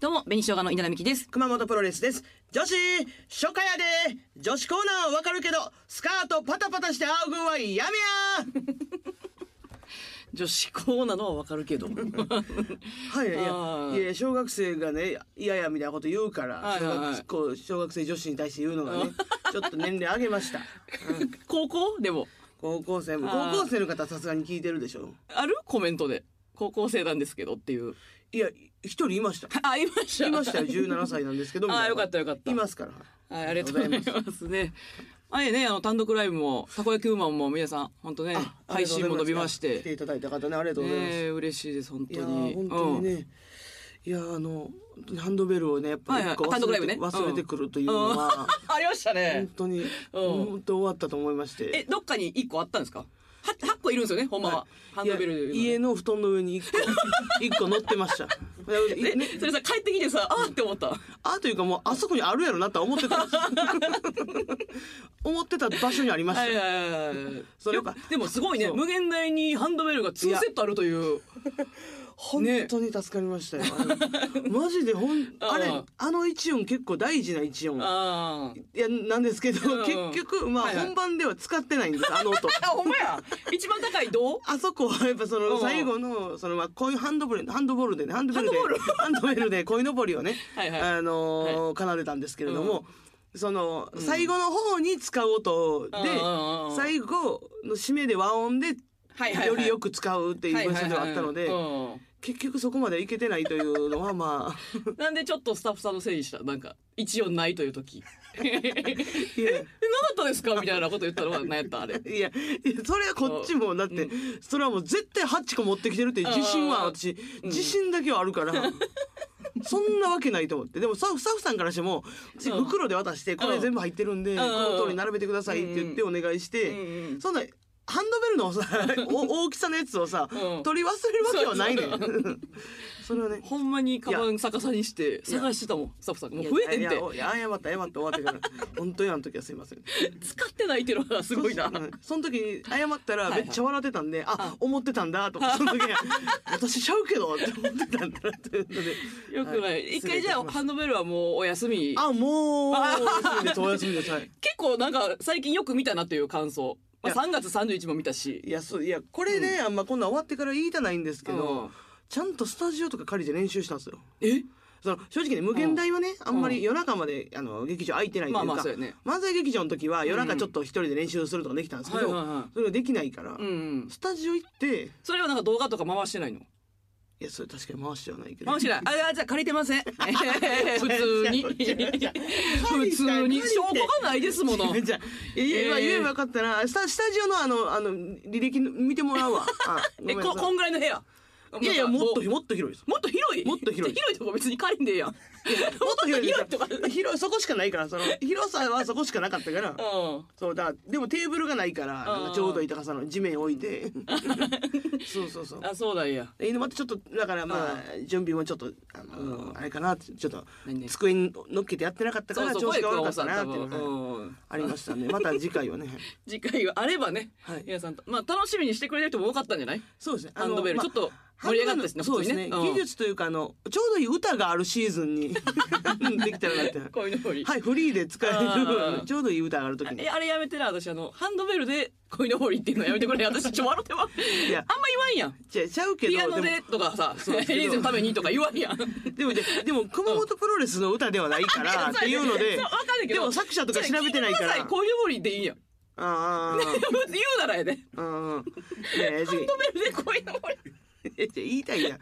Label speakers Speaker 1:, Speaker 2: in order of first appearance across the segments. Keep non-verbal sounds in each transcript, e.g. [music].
Speaker 1: どうも、紅生姜の稲田美希です。
Speaker 2: 熊本プロレスです。女子、初夏やで女子コーナーはわかるけど、スカートパタパタして青軍はやめや
Speaker 1: 女子校なのはわかるけど。
Speaker 2: はい、い
Speaker 1: あー
Speaker 2: や、いや、小学生がね、嫌やみたいなこと言うから、
Speaker 1: はいはいはい
Speaker 2: 小学こう小学生女子に対して言うのがね、ちょっと年齢上げました。
Speaker 1: [laughs] 高校でも、
Speaker 2: 高校生も、
Speaker 1: あー
Speaker 2: 高校生の方はさすがに聞いてるでしょ。
Speaker 1: あるコメントで。高校生なんですけどっていう。
Speaker 2: いや、一人いました。
Speaker 1: あ、いました。
Speaker 2: いましたよ、17歳なんですけど。みたいな
Speaker 1: あーよかったよかった
Speaker 2: いますから。
Speaker 1: はい、ありがとうございますね。前ね、あの、単独ライブも、たこ焼きウーマンも皆さん、本当ね
Speaker 2: あ、あ
Speaker 1: 配
Speaker 2: りがとう
Speaker 1: 信も
Speaker 2: ございます
Speaker 1: 伸びまし
Speaker 2: 来て
Speaker 1: て。
Speaker 2: いただいた方ね、ありがとうございます。
Speaker 1: ね嬉しいです、本
Speaker 2: いや
Speaker 1: 当に。
Speaker 2: ー本当に
Speaker 1: うん
Speaker 2: ね、いやーあの本当にハンドベルをねやっぱ
Speaker 1: はい
Speaker 2: り
Speaker 1: はい
Speaker 2: 一個忘れて,、
Speaker 1: 単独ライブね
Speaker 2: 忘れてくるという
Speaker 1: う
Speaker 2: の
Speaker 1: ん
Speaker 2: は、
Speaker 1: [laughs] ありましたね
Speaker 2: 本。当に本当終わったと思いまして
Speaker 1: え、どっかに一個あったんですかは ?8 個いるんですよね、ほんまは。ハンドベルで言うのね。
Speaker 2: いや家の布団の上
Speaker 1: [laughs]
Speaker 2: に一個一個乗ってました。
Speaker 1: え
Speaker 2: ね
Speaker 1: それさ帰ってきてさあーって思った
Speaker 2: あというかもうあそこにあるやろなとは思ってたんです思ってた場所にありました。
Speaker 1: はいはい
Speaker 2: それ
Speaker 1: よ
Speaker 2: か
Speaker 1: くでもすごいね
Speaker 2: そう
Speaker 1: 無限大にハンドベルが2セットあるという
Speaker 2: 本当に助かりましたよ。あのマジでほん
Speaker 1: あー
Speaker 2: あれあの一音結構大事な一音。
Speaker 1: あー
Speaker 2: いやなんですけど
Speaker 1: うんうん
Speaker 2: 結局まあ
Speaker 1: はいはい
Speaker 2: 本番では使ってないんですあの音。
Speaker 1: あほんまや一番高い銅
Speaker 2: あそこはやっぱそ
Speaker 1: うんう
Speaker 2: の
Speaker 1: ん
Speaker 2: 最後のそのまあこういうハンドボールハンドボールでねハンドベルで
Speaker 1: ハンドボール
Speaker 2: ハンドベルでこいのぼりをね
Speaker 1: [laughs] はいはい
Speaker 2: あのー奏でたんですけれどもその最後の方に使う音で
Speaker 1: うんうんうん
Speaker 2: 最後の締めで和音で
Speaker 1: はいはいはい
Speaker 2: よりよく使うっていう文章ではあったので
Speaker 1: はいはいはい
Speaker 2: 結局そこまでいけてないというのはま
Speaker 1: [laughs] うんなんでちょっとスタッフさんのせいにしたなんか一応ないという時
Speaker 2: あい
Speaker 1: な
Speaker 2: や
Speaker 1: かったですかみたいなこと言ったのは何やったあれ
Speaker 2: いやいやそれはこっちもだってそれはもう絶対8個持ってきてるっていう自信は
Speaker 1: うん
Speaker 2: 私自信だけはあるから。
Speaker 1: [laughs]
Speaker 2: そんなわけないと思ってでもスタッフスタッフさんからしても私
Speaker 1: うん
Speaker 2: 袋で渡してこれ全部入ってるんで
Speaker 1: ん
Speaker 2: この通り並べてくださいって言ってお願いして
Speaker 1: うんうん
Speaker 2: そんなハンドベ
Speaker 1: [laughs]
Speaker 2: ルのさお大きさのやつをさ
Speaker 1: うん
Speaker 2: 取り忘れるわけはないねん [laughs] それはね
Speaker 1: ほんまにカバン逆さにして
Speaker 2: や
Speaker 1: 探してたもんスタッフさんがもう増えてん
Speaker 2: い
Speaker 1: って
Speaker 2: やいやいや謝った謝った終わってから本当にあの時はすいません
Speaker 1: 使ってないっていうのがすごいな
Speaker 2: うんその時に謝ったらめっちゃ笑ってたんで、あ思ってたんだと [laughs] かその時に私ちゃうけどって思ってたんだっていうので
Speaker 1: よく
Speaker 2: は
Speaker 1: ない。一回じゃ
Speaker 2: 失礼いたし
Speaker 1: あ、
Speaker 2: まし
Speaker 1: ハンドベルはもうお休み。
Speaker 2: たあもうお休みですお休みですはい
Speaker 1: 結構なんか、最近よく見たなという感想。まあ、
Speaker 2: いや
Speaker 1: 3月31日も見たし。
Speaker 2: いやそういやこれね、あんまこんなん終わってから言いたないんですけど、
Speaker 1: うん
Speaker 2: ちゃんとスタジオとか借りて練習したんですよ
Speaker 1: え
Speaker 2: その正直ね無限大はね、あんま
Speaker 1: うん
Speaker 2: り夜中まであの劇場空いてないというか、
Speaker 1: まあまあそうやね
Speaker 2: 漫才劇場の時は夜中ちょっと一人で練習するとかできたんですけ
Speaker 1: は
Speaker 2: ど、
Speaker 1: いはいはい
Speaker 2: それができないから、
Speaker 1: うんうん。
Speaker 2: スタジオ行ってい
Speaker 1: それはなんか動画とか回してないの
Speaker 2: やそれ確かに回してはないけど
Speaker 1: 回してない。あ、じゃあ借りてま
Speaker 2: [laughs]
Speaker 1: せん。普通に。
Speaker 2: 違う違う違う
Speaker 1: 普通に。証拠がないですもの。
Speaker 2: じゃあ言えば
Speaker 1: えー
Speaker 2: 言えばよかったなスタスタジオのあのあの履歴の見てもらう
Speaker 1: [laughs]
Speaker 2: わあごめ
Speaker 1: え、
Speaker 2: んなさ
Speaker 1: こ、こんぐらいの部屋。
Speaker 2: いいやいやもっと
Speaker 1: も
Speaker 2: もっと広いです
Speaker 1: っと広い
Speaker 2: もっと広い
Speaker 1: 広いとこ別に借りんでええやん。もっ
Speaker 2: もっと広いです
Speaker 1: とか。うん。
Speaker 2: 広いそこしかないからその [laughs] 広さはそこしかなかったからそうだでもテーブルがないからなんかちょうどいい高さの地面置
Speaker 1: [laughs]
Speaker 2: いてそうそうそう
Speaker 1: あ、そうだいや。
Speaker 2: えでまたちょっとだからまあ準備もちょっとあの、あれかなってちょっと
Speaker 1: 何々
Speaker 2: 机に乗っけてやってなかったか
Speaker 1: そう
Speaker 2: ら
Speaker 1: そう、
Speaker 2: 調子が悪か
Speaker 1: 声
Speaker 2: った
Speaker 1: さん
Speaker 2: な
Speaker 1: 多
Speaker 2: っていう
Speaker 1: 分。
Speaker 2: のが
Speaker 1: うん。
Speaker 2: ありましたねまた次回はね
Speaker 1: 次回はあればね、
Speaker 2: はい
Speaker 1: 皆さんと、まあ、楽しみにしてくれる人も多かったんじゃない
Speaker 2: そうですね。
Speaker 1: ハンドベルちょっと盛り上がったですね
Speaker 2: ハンドベル
Speaker 1: 普通にねう
Speaker 2: そうですね。
Speaker 1: ん
Speaker 2: 技術というか、あの、ちょうどいい歌があるシーズンにできたらな
Speaker 1: [laughs]
Speaker 2: って。
Speaker 1: こういうのり。
Speaker 2: はい、フリーで使え
Speaker 1: あー
Speaker 2: る、ちょうどいい歌がある時に
Speaker 1: え。あれやめてな私あのハンドベルで恋のぼりっていうのやめて
Speaker 2: [laughs]
Speaker 1: くれ私ちょっと笑ってます
Speaker 2: いや
Speaker 1: あんま言わんやん
Speaker 2: ちゃちゃうけど、
Speaker 1: ピアノ
Speaker 2: で
Speaker 1: でとかさ
Speaker 2: そうですけ
Speaker 1: エ
Speaker 2: ど
Speaker 1: リーゼのためにとか言わんやん
Speaker 2: も、でも、ででも、熊本プロレスの歌ではないから、っていうので
Speaker 1: [laughs] そうわかんない、け
Speaker 2: で
Speaker 1: ど
Speaker 2: も作者とか調べてないか
Speaker 1: じゃあ聞いてく
Speaker 2: ら
Speaker 1: ださい。恋のぼりでいいやん [laughs]
Speaker 2: あー
Speaker 1: 言うならやで
Speaker 2: あー、あーうん。いやいや、
Speaker 1: ハンドベルで恋のぼり
Speaker 2: え言いたいやん。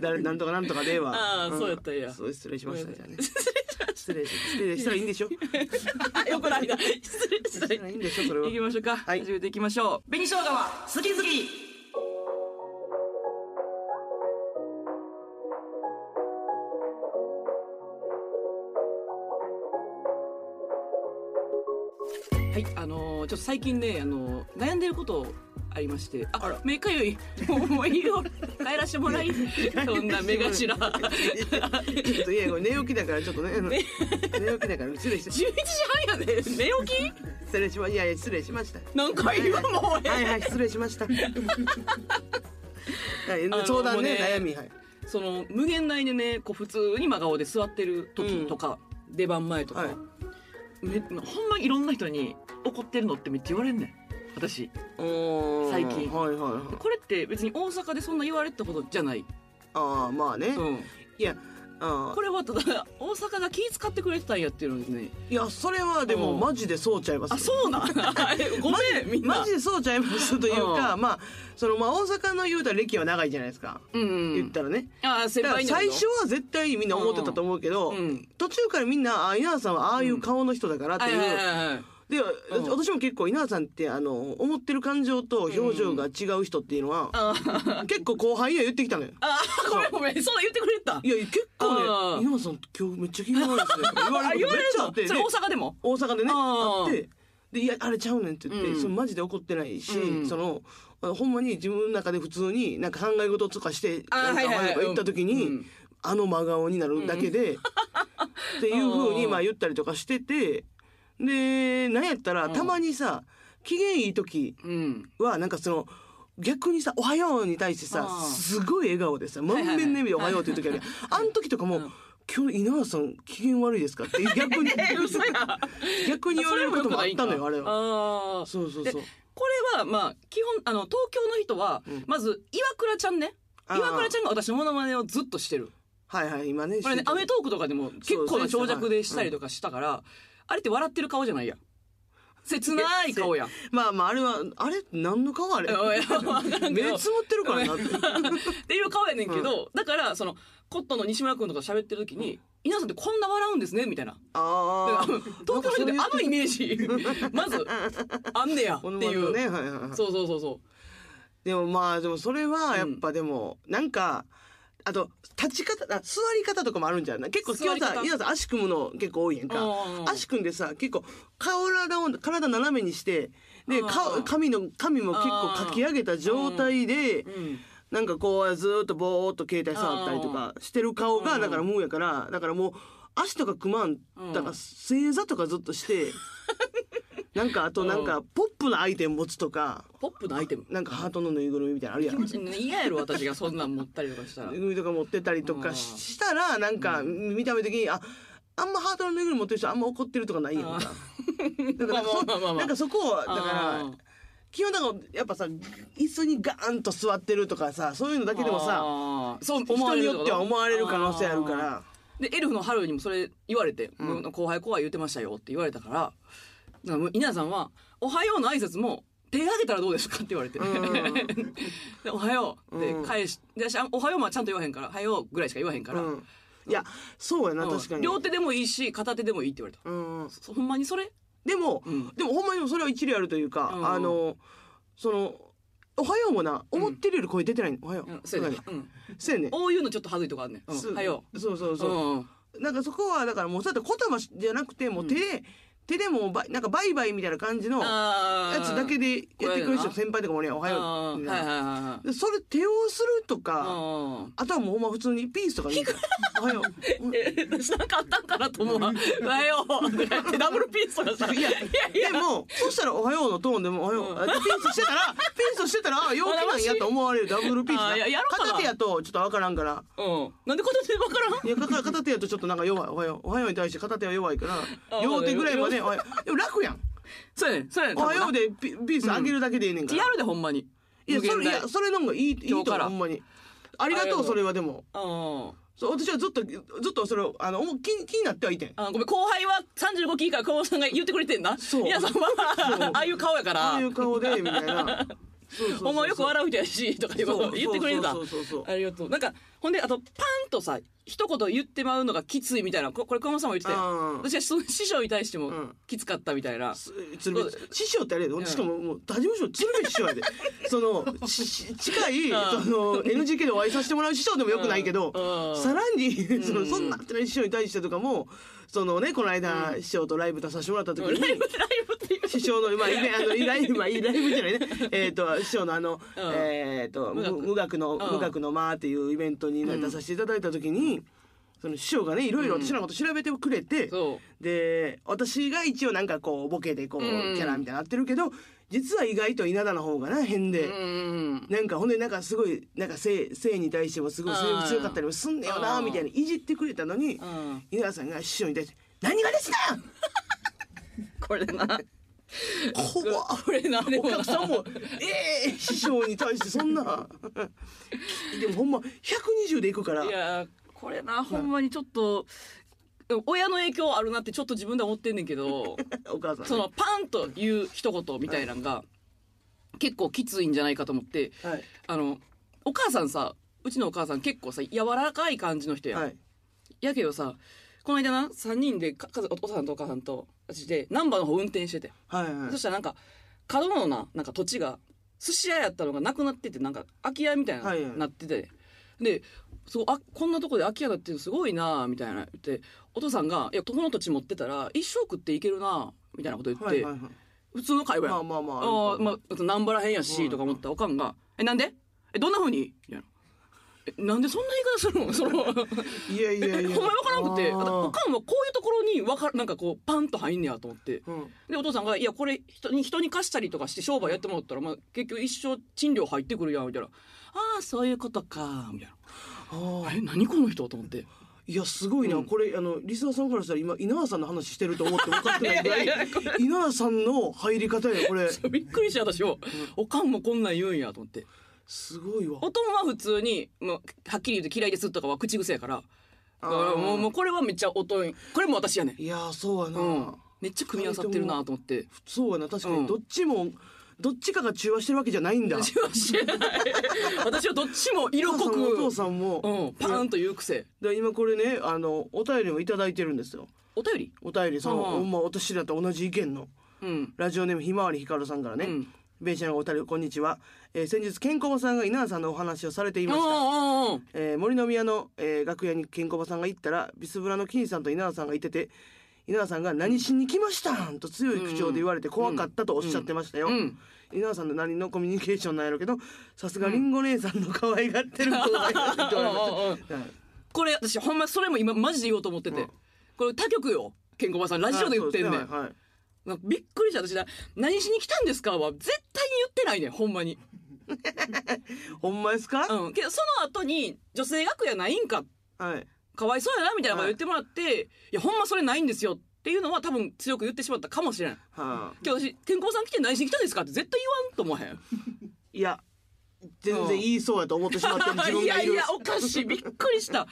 Speaker 2: だなんとかなんとかでは。
Speaker 1: あー
Speaker 2: ん
Speaker 1: そうやったんや
Speaker 2: そう、失礼しました、じゃあね。
Speaker 1: [laughs] 失礼し
Speaker 2: 失礼し、失礼したらいいんでしょ
Speaker 1: ましたよくないな失礼し
Speaker 2: 失礼したらいいんでしょ、それは
Speaker 1: 行。きましょうか、
Speaker 2: はい
Speaker 1: 始めていきましょう紅生姜は好き好きはいあのーちょっと最近ね、あのー悩んでることありましてあ目かゆいもうもういいよ帰らしてもらいそんな目 [laughs] 頭
Speaker 2: ちょっといやこれ寝起きだからちょっとねあの寝起きだから失礼し
Speaker 1: 11時半やで寝起
Speaker 2: 失礼しまいやいや失礼しました。
Speaker 1: きなんか言うもう俺
Speaker 2: はいはい失礼しました。はい
Speaker 1: あの
Speaker 2: 相談ね
Speaker 1: もうね
Speaker 2: 悩みはい。
Speaker 1: その無限大でねこう普通に真顔で座ってる時とか、出番前とか、
Speaker 2: はい
Speaker 1: めほんまいろんな人に怒ってるのってめっちゃ言われんねん私最
Speaker 2: 最
Speaker 1: 近
Speaker 2: はいはいはい
Speaker 1: これって別に大阪でそんな言われたことじゃない、
Speaker 2: ああまあね、
Speaker 1: うん、
Speaker 2: いやあ
Speaker 1: これはただ大阪が気使ってくれてたんやっていうのですね
Speaker 2: ーいやそれはでも
Speaker 1: うん
Speaker 2: マジでそうちゃいます
Speaker 1: あそう [laughs] なん
Speaker 2: [laughs]
Speaker 1: ごめんみんな
Speaker 2: マジでそうちゃいますというか、まあそのまあ大阪の言うたら歴は長いじゃないですか、
Speaker 1: うんうん
Speaker 2: 言ったらね
Speaker 1: あー先
Speaker 2: だか
Speaker 1: 輩
Speaker 2: ら
Speaker 1: になる
Speaker 2: 最
Speaker 1: の
Speaker 2: 初は絶対みんな思ってたと思うけど、
Speaker 1: うん
Speaker 2: 途中からみんなあ稲田さんはああいう顔の人だからっていう、
Speaker 1: はいはいはいはい
Speaker 2: で、
Speaker 1: うん
Speaker 2: 私も結構稲田さんってあの思ってる感情と表情が違う人っていうのは、
Speaker 1: あー
Speaker 2: 結構後輩には言ってきたのよ。
Speaker 1: あーごめんごめんそう言ってくれた
Speaker 2: いや結構
Speaker 1: あー
Speaker 2: ね稲田さん今日めっちゃ気が悪いですねとか言わ
Speaker 1: あ
Speaker 2: れ
Speaker 1: 言
Speaker 2: るこ
Speaker 1: われ
Speaker 2: とめっ
Speaker 1: る
Speaker 2: ちゃあ
Speaker 1: の
Speaker 2: っ
Speaker 1: それ
Speaker 2: て
Speaker 1: 大
Speaker 2: で
Speaker 1: 阪でも
Speaker 2: 大阪でね
Speaker 1: あ
Speaker 2: あ
Speaker 1: ー
Speaker 2: ってでいやあれちゃうねんって言って、
Speaker 1: うん
Speaker 2: そのマジで怒ってないし、
Speaker 1: うん
Speaker 2: そのあのほんまに自分の中で普通になんか考え事とかして
Speaker 1: あー
Speaker 2: なん
Speaker 1: はい
Speaker 2: か
Speaker 1: はいはい
Speaker 2: 前とか行った時に、
Speaker 1: うん
Speaker 2: あの真顔になるだけで、っていうふ
Speaker 1: [laughs]
Speaker 2: うにまあ言ったりとかしててでなんやったらたまにさ機嫌いい時
Speaker 1: うん
Speaker 2: はなんかその逆にさ「おはよう」に対して
Speaker 1: あ
Speaker 2: さ
Speaker 1: ー
Speaker 2: すごい笑顔でさ満
Speaker 1: いはい
Speaker 2: 面の笑みで「おはよう」っていう時あるやんあん時とかも
Speaker 1: うん
Speaker 2: 「今日稲田さん機嫌悪いですか?」って
Speaker 1: [laughs]
Speaker 2: 逆に逆に言われることもあったのよあれは。
Speaker 1: は
Speaker 2: そうそうそう。
Speaker 1: これはまあ基本あの東京の人は
Speaker 2: うん
Speaker 1: まず岩倉ちゃんね
Speaker 2: あー
Speaker 1: 岩倉ちゃんが私のモノマネをずっとしてる
Speaker 2: はいはい今ね。
Speaker 1: これね
Speaker 2: し
Speaker 1: アメトークとかでも結構な長尺でしたりとかしたからあれって笑ってる顔じゃないやん切ない顔やん
Speaker 2: まあまああれはあれ何の顔あれ。
Speaker 1: [laughs] おいわからんけど
Speaker 2: 目つむってるからなって。
Speaker 1: っていう顔やねんけど、だからそのコットンの西村君とか喋ってる時に「稲田さんってこんな笑うんですね」みたいなだ
Speaker 2: あ
Speaker 1: か
Speaker 2: あ
Speaker 1: ら。東京の人ってあのイメー
Speaker 2: [laughs]
Speaker 1: ジまずあんねやって
Speaker 2: 物ま
Speaker 1: い
Speaker 2: ねを
Speaker 1: う、
Speaker 2: ね、はいはいはい。
Speaker 1: そうそうそうそ
Speaker 2: でもまあでもそれはやっぱでも、なんかあと立ち方あ座り方とかもあるんじゃない結構今
Speaker 1: 座り
Speaker 2: 日さ
Speaker 1: 方
Speaker 2: 皆さん足組むの結構多いやんか
Speaker 1: うんうんうん
Speaker 2: 足組んでさ結構体を体斜めにしてで
Speaker 1: うん
Speaker 2: 顔髪の髪も結構かき上げた状態で
Speaker 1: う、うん、
Speaker 2: なんかこうずーっとぼーっと携帯触ったりとかしてる顔
Speaker 1: う
Speaker 2: が
Speaker 1: ん
Speaker 2: だからもうやからだからもう足とか組まんだから正座とかずっ
Speaker 1: [laughs]
Speaker 2: として。なんかあとなんかポップなアイテム持つとか
Speaker 1: ポップのアイテム
Speaker 2: なんかハートのぬいぐるみみたいなのあるや
Speaker 1: 気
Speaker 2: ん
Speaker 1: 持ちいいね嫌やろ私がそんなん持ったりとかしたら
Speaker 2: ぬいぐるみとか持ってたりと
Speaker 1: う
Speaker 2: か
Speaker 1: ん
Speaker 2: ししたらなんか見た目的にああんまハートのぬいぐるみ持ってる人あんま怒ってるとかないやんか。 [laughs] だからなんかそ
Speaker 1: まあまあまあまあ
Speaker 2: なんかそこをだから
Speaker 1: あ
Speaker 2: 基本だからやっぱさ椅子にガーンと座ってるとかさそういうのだ
Speaker 1: ー
Speaker 2: けでもさ
Speaker 1: あーそう思われ
Speaker 2: 人に
Speaker 1: る
Speaker 2: よっては思われる可能性あるか
Speaker 1: あー
Speaker 2: ら
Speaker 1: でエルフの春にもそれ言われて、
Speaker 2: うん
Speaker 1: 僕の後輩後輩言ってましたよって言われたからだからもう稲田さんは「おはよう」の挨拶も「手挙げたらどうですか?」って言われて「
Speaker 2: ん
Speaker 1: [laughs] でおはよう」って
Speaker 2: うん
Speaker 1: 返しで私あおはよう」もちゃんと言わへんから「おはよう」ぐらいしか言わへんから、
Speaker 2: うんいやそうやな
Speaker 1: うん
Speaker 2: 確かに。
Speaker 1: 両手でもいいし片手でもいいって言われた
Speaker 2: うん
Speaker 1: そほんまにそれ
Speaker 2: でも、
Speaker 1: うん
Speaker 2: でもほんまにそれは一理あるというか、
Speaker 1: うん
Speaker 2: あのその「おはよう」もな思ってるより声出てないの「おはよう」
Speaker 1: うんそうやね
Speaker 2: ね、
Speaker 1: うん
Speaker 2: そうやね
Speaker 1: こういうのちょっとはずいとかあんねん「うんおはよ
Speaker 2: うそうそう
Speaker 1: う」
Speaker 2: そう、
Speaker 1: うん
Speaker 2: なんかそこはだからもうそうやって言葉じゃなくてもう手で、手でもうばなんかバイバイみたいな感じのや
Speaker 1: あー
Speaker 2: つだけでやってく
Speaker 1: これ
Speaker 2: る人
Speaker 1: やな
Speaker 2: 先輩とかもねおはよ
Speaker 1: あ
Speaker 2: う
Speaker 1: ー
Speaker 2: み
Speaker 1: は
Speaker 2: た
Speaker 1: い
Speaker 2: い
Speaker 1: は
Speaker 2: ない
Speaker 1: はいは
Speaker 2: でそれ手をするとか
Speaker 1: いうん
Speaker 2: あとはもうほんま普通にピースとかでいいから
Speaker 1: [laughs]
Speaker 2: おはよううん
Speaker 1: え私なんかあったんかなと思うわ。だよ。ってダブルピースとかさ。いやいや
Speaker 2: でもそしたら「おはよう」のトーンでも「おはよう」
Speaker 1: うん
Speaker 2: あピースしてたらピースしてたらあ陽気なんやと思われるダブルピース
Speaker 1: あいやや
Speaker 2: な
Speaker 1: ろうかな
Speaker 2: 片手やとちょっとわからんから
Speaker 1: うん。なんでことでわからん。
Speaker 2: いやかか片手やとちょっとなんか弱い「おはよう」「おはよう」に対して片手は弱いから
Speaker 1: [laughs] あ
Speaker 2: 両手ぐらいまで「
Speaker 1: わ
Speaker 2: おはよう」でも楽やん
Speaker 1: そうやねん。そうやねん。
Speaker 2: 「おはよう」
Speaker 1: で。
Speaker 2: でピピース上げるだけでいいねんから
Speaker 1: やるでほんまに。
Speaker 2: いやそ
Speaker 1: 無
Speaker 2: れい
Speaker 1: 限大
Speaker 2: やそれの方がいいいいと
Speaker 1: 今日
Speaker 2: 思
Speaker 1: か
Speaker 2: う
Speaker 1: ら
Speaker 2: ほんまにありが
Speaker 1: ありがと
Speaker 2: とう
Speaker 1: う
Speaker 2: それはでも
Speaker 1: うん。
Speaker 2: そう私はずっとずっとそれをあの思う気に気になってはいてん
Speaker 1: あごめん後輩は三十五期以下久保さんが言ってくれてんな。
Speaker 2: そう
Speaker 1: 皆さんは
Speaker 2: そう
Speaker 1: ああいう顔やから。
Speaker 2: ああいう顔でみたいなそう [laughs] そうそうそう
Speaker 1: お前よく笑う人やしとか言う
Speaker 2: そう
Speaker 1: 言ってくれてた
Speaker 2: そうそうそうそう
Speaker 1: ありがとうなんかほんであとパンとさ一言言ってまうのがきついみたいなここれ熊本さんも言ってた
Speaker 2: あ
Speaker 1: よ
Speaker 2: ー
Speaker 1: 私はその師匠に対しても
Speaker 2: ん
Speaker 1: きつかったみたいな、
Speaker 2: す鶴瓶師匠ってあれやでしかももう他事務所の鶴瓶師匠
Speaker 1: [laughs]
Speaker 2: やでそのしし近い
Speaker 1: うん
Speaker 2: その NGK でお会いさせてもらう師匠でもよくないけど
Speaker 1: うん
Speaker 2: さらにそのそんなってない師匠に対してとかもそのねこの間師匠とライブ出させてもらった時
Speaker 1: ライブライ
Speaker 2: に
Speaker 1: ブっていう
Speaker 2: 師匠の、まあ、イベあの、ライブ、まあ、ライブじゃないね。えっ、と、師匠のあの、えっ、と、
Speaker 1: 無学
Speaker 2: む無学の、
Speaker 1: ん
Speaker 2: 無学の間っていうイベントに出させていただいたときに、その師匠がね、いろいろ私のこと調べてくれて、
Speaker 1: そ
Speaker 2: で、私が一応なんかこう、ボケでこう、
Speaker 1: うん
Speaker 2: キャラみたいになってるけど、実は意外と稲田の方がな変で、
Speaker 1: うん
Speaker 2: なんかほんでなんかすごいなんか性性に対してもすごい性欲強かったりもすんねよな
Speaker 1: うん
Speaker 2: みたいないじってくれたのに
Speaker 1: うん
Speaker 2: 稲田さんが師匠に対して「何がですか!
Speaker 1: これな」
Speaker 2: 怖っ
Speaker 1: これなで
Speaker 2: お
Speaker 1: も
Speaker 2: 客さんも「ええ師匠に対してそんな [laughs] でもほんま120でいくから
Speaker 1: いやこれなほんまにちょっと親の影響あるなってちょっと自分では思ってんねんけど [laughs]
Speaker 2: お母さん
Speaker 1: そのパンという一言みたいなのが結構きついんじゃないかと思って
Speaker 2: はい
Speaker 1: あのお母さんさうちのお母さん結構さ柔らかい感じの人やん、
Speaker 2: はい
Speaker 1: やけどさこの間な3人でかかお父さんとお母さんと私で難波の方運転してて、
Speaker 2: はいはい
Speaker 1: そしたらなんか角のななんか土地が寿司屋やったのがなくなっててなんか空き家みたいな、
Speaker 2: はいはい
Speaker 1: なっててでそうあこんなとこで空き家だってすごいなみたいな言ってお父さんが「いやこの土地持ってたら一生食っていけるな」みたいなこと言って、
Speaker 2: はいはいはい
Speaker 1: 普通の会話やん
Speaker 2: まあまあまあ
Speaker 1: あ
Speaker 2: あ
Speaker 1: ーまあ、あと南原辺やし、とか思ったおかんが、え、なんでえ、どんな風にみたいな。え、なんでそんな言い方するのその、
Speaker 2: いやいやい
Speaker 1: え [laughs]
Speaker 2: や
Speaker 1: ほんまにわからなくて、あ
Speaker 2: あー
Speaker 1: おかんはこういうところにわかなんかこう、パンと入んねやと思って。
Speaker 2: うん
Speaker 1: で、お父さんが、いや、これ、人に、人に貸したりとかして商売やってもらったら、まあ、結局一生賃料入ってくるやん、みたいな。ああ、そういうことか、みたい
Speaker 2: あー
Speaker 1: な。え、何この人と思って。 [laughs]
Speaker 2: いやすごいな、
Speaker 1: うん
Speaker 2: これあのリスナーさんからしたら今稲葉さんの話してると思って分かってないぐら
Speaker 1: [laughs]
Speaker 2: い
Speaker 1: いやいやいやこ
Speaker 2: 稲葉さんの入り方やこ
Speaker 1: [laughs]
Speaker 2: れ
Speaker 1: びっくりして、私も。おかんもこんなん言うんや、と思って。
Speaker 2: すごいわ
Speaker 1: おとんは普通に、もう、はっきり言って嫌いですとかは口癖やから。だからもう、もうこれはめっちゃおとん。これも私やねん。
Speaker 2: いやーそうやな、
Speaker 1: うん。めっちゃ組み合わさってるなと思って。
Speaker 2: そうやな確か
Speaker 1: う
Speaker 2: に
Speaker 1: ん
Speaker 2: どっちも、どっちかが中和してるわけじゃない
Speaker 1: [laughs]
Speaker 2: んだ
Speaker 1: 私は知らない。私はどっちも色
Speaker 2: お
Speaker 1: 濃
Speaker 2: 母さん
Speaker 1: く
Speaker 2: も、お父さんも、
Speaker 1: うん、パーンと言う癖。
Speaker 2: で今これねあのお便りもいただいてるんですよ
Speaker 1: お便り
Speaker 2: お便りその、
Speaker 1: うん
Speaker 2: ほんま私らと同じ意見の
Speaker 1: うん。
Speaker 2: ラジオネームひまわりひかるさんからね、
Speaker 1: うん
Speaker 2: ベイシアのお二人こんにちは、えー先日健康さんが稲葉さんのお話をされてい
Speaker 1: お
Speaker 2: ま
Speaker 1: ー
Speaker 2: した
Speaker 1: おーおー
Speaker 2: えー森の宮の、えー楽屋にケンコバさんが行ったらビスブラの金さんと稲田さんがいてて稲田さんが「何しに来ましたん!」と強い口調で言われて怖かったとおっしゃってましたよ、
Speaker 1: うん
Speaker 2: 稲田さんの何のコミュニケーションなんやろうけどさすがりんご姉さんの可愛がってる子がいるって
Speaker 1: [laughs]
Speaker 2: 言われま
Speaker 1: うんうんうん
Speaker 2: したはい
Speaker 1: [laughs] これ私ほんまそれも今マジで言おうと思ってて。
Speaker 2: うん
Speaker 1: これ他局よ。ケンコバさんラジオで言ってんね
Speaker 2: あ
Speaker 1: ん。
Speaker 2: そうですねはいはい
Speaker 1: なんかびっくりした私だ。何しに来たんですかは絶対に言ってないねん、ほんまに。
Speaker 2: ほんまですか、
Speaker 1: うん。けどその後に女性楽屋ないんか
Speaker 2: はい
Speaker 1: かわいそうやなみたいなこと言ってもらって、い、やほんまそれないんですよっていうのは多分強く言ってしまったかもしれない
Speaker 2: はあ、
Speaker 1: 今日私健康さん来て何しに来たんですかって絶対言わんと思わへん
Speaker 2: いや全然言いそうやと思ってしまってる
Speaker 1: [laughs]
Speaker 2: 自分がいる
Speaker 1: いやいやおかしいびっくりした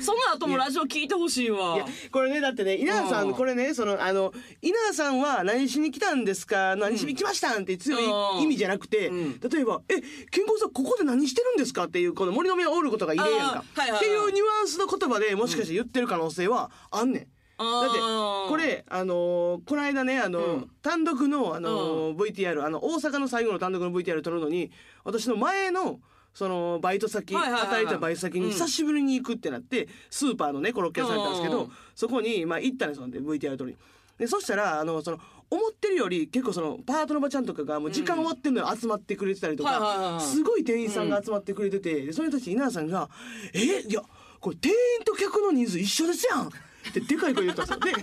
Speaker 1: その後もラジオ聞いてほしいわ
Speaker 2: いやこれねだってね稲田さ
Speaker 1: うん
Speaker 2: んこれねそのあの稲田さんは何しに来たんですか何しに来ましたんって強
Speaker 1: うん
Speaker 2: い意味じゃなくて、
Speaker 1: うん
Speaker 2: 例えば「え健康さんここで何してるんですか?」っていうこの森の目をおることがいれやんか、
Speaker 1: あーはいはいはい
Speaker 2: っていうニュアンスの言葉でもしかして言ってる可能性はあんねん。だって
Speaker 1: あー
Speaker 2: これあのーこの間ねあのー、
Speaker 1: うん
Speaker 2: 単独のあのー VTR あの大阪の最後の単独の VTR 撮るのに私の前のそのバイト先、
Speaker 1: はいはいはいはい
Speaker 2: 働いてたバイト先
Speaker 1: うん
Speaker 2: に久しぶりに行くってなって、スーパーのねコロッケ屋さんやったんですけ
Speaker 1: う
Speaker 2: ど
Speaker 1: ん
Speaker 2: そこにまあ行ったんですよで VTR 撮りに。でそしたらあのその思ってるより結構そのパートのばちゃんとかがもう時間終わってんのに集まってくれてたりと
Speaker 1: はいはいはいは
Speaker 2: か
Speaker 1: い
Speaker 2: すごい店員さんが集まってくれてて、でそれに対して稲田さんが「えいやこれ店員と客の人数一緒ですやん!」ってでかい声言ったんですよ。でで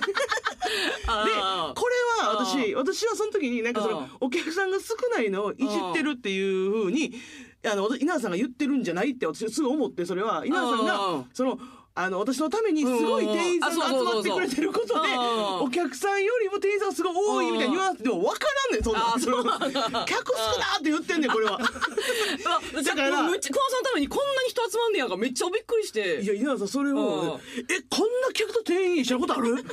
Speaker 1: あー
Speaker 2: これは私私はその時になんかそ
Speaker 1: うん
Speaker 2: のお客さんが少ないのをいじってるっていうふうにあの稲田さんが言ってるんじゃないって私すぐ思ってそれは稲田さん
Speaker 1: う
Speaker 2: が
Speaker 1: ん
Speaker 2: そのあの私のためにすごい店員さんが
Speaker 1: うん
Speaker 2: 集まってくれてることで
Speaker 1: あそうそうそうそう
Speaker 2: お客さんよりも店員さんがすごい多いみたいなニュアンスでも分からんねんそん
Speaker 1: あ
Speaker 2: な
Speaker 1: そ
Speaker 2: そうの客少なーって言ってんねんこ
Speaker 1: [laughs]
Speaker 2: れは。
Speaker 1: あだ
Speaker 2: だ
Speaker 1: か
Speaker 2: から
Speaker 1: らむっちゃ熊さんのためにこんなに人集まんねやんかめっちゃびっくりして
Speaker 2: いや稲田さんそれ
Speaker 1: うん
Speaker 2: をえこんな客と店員一緒のことある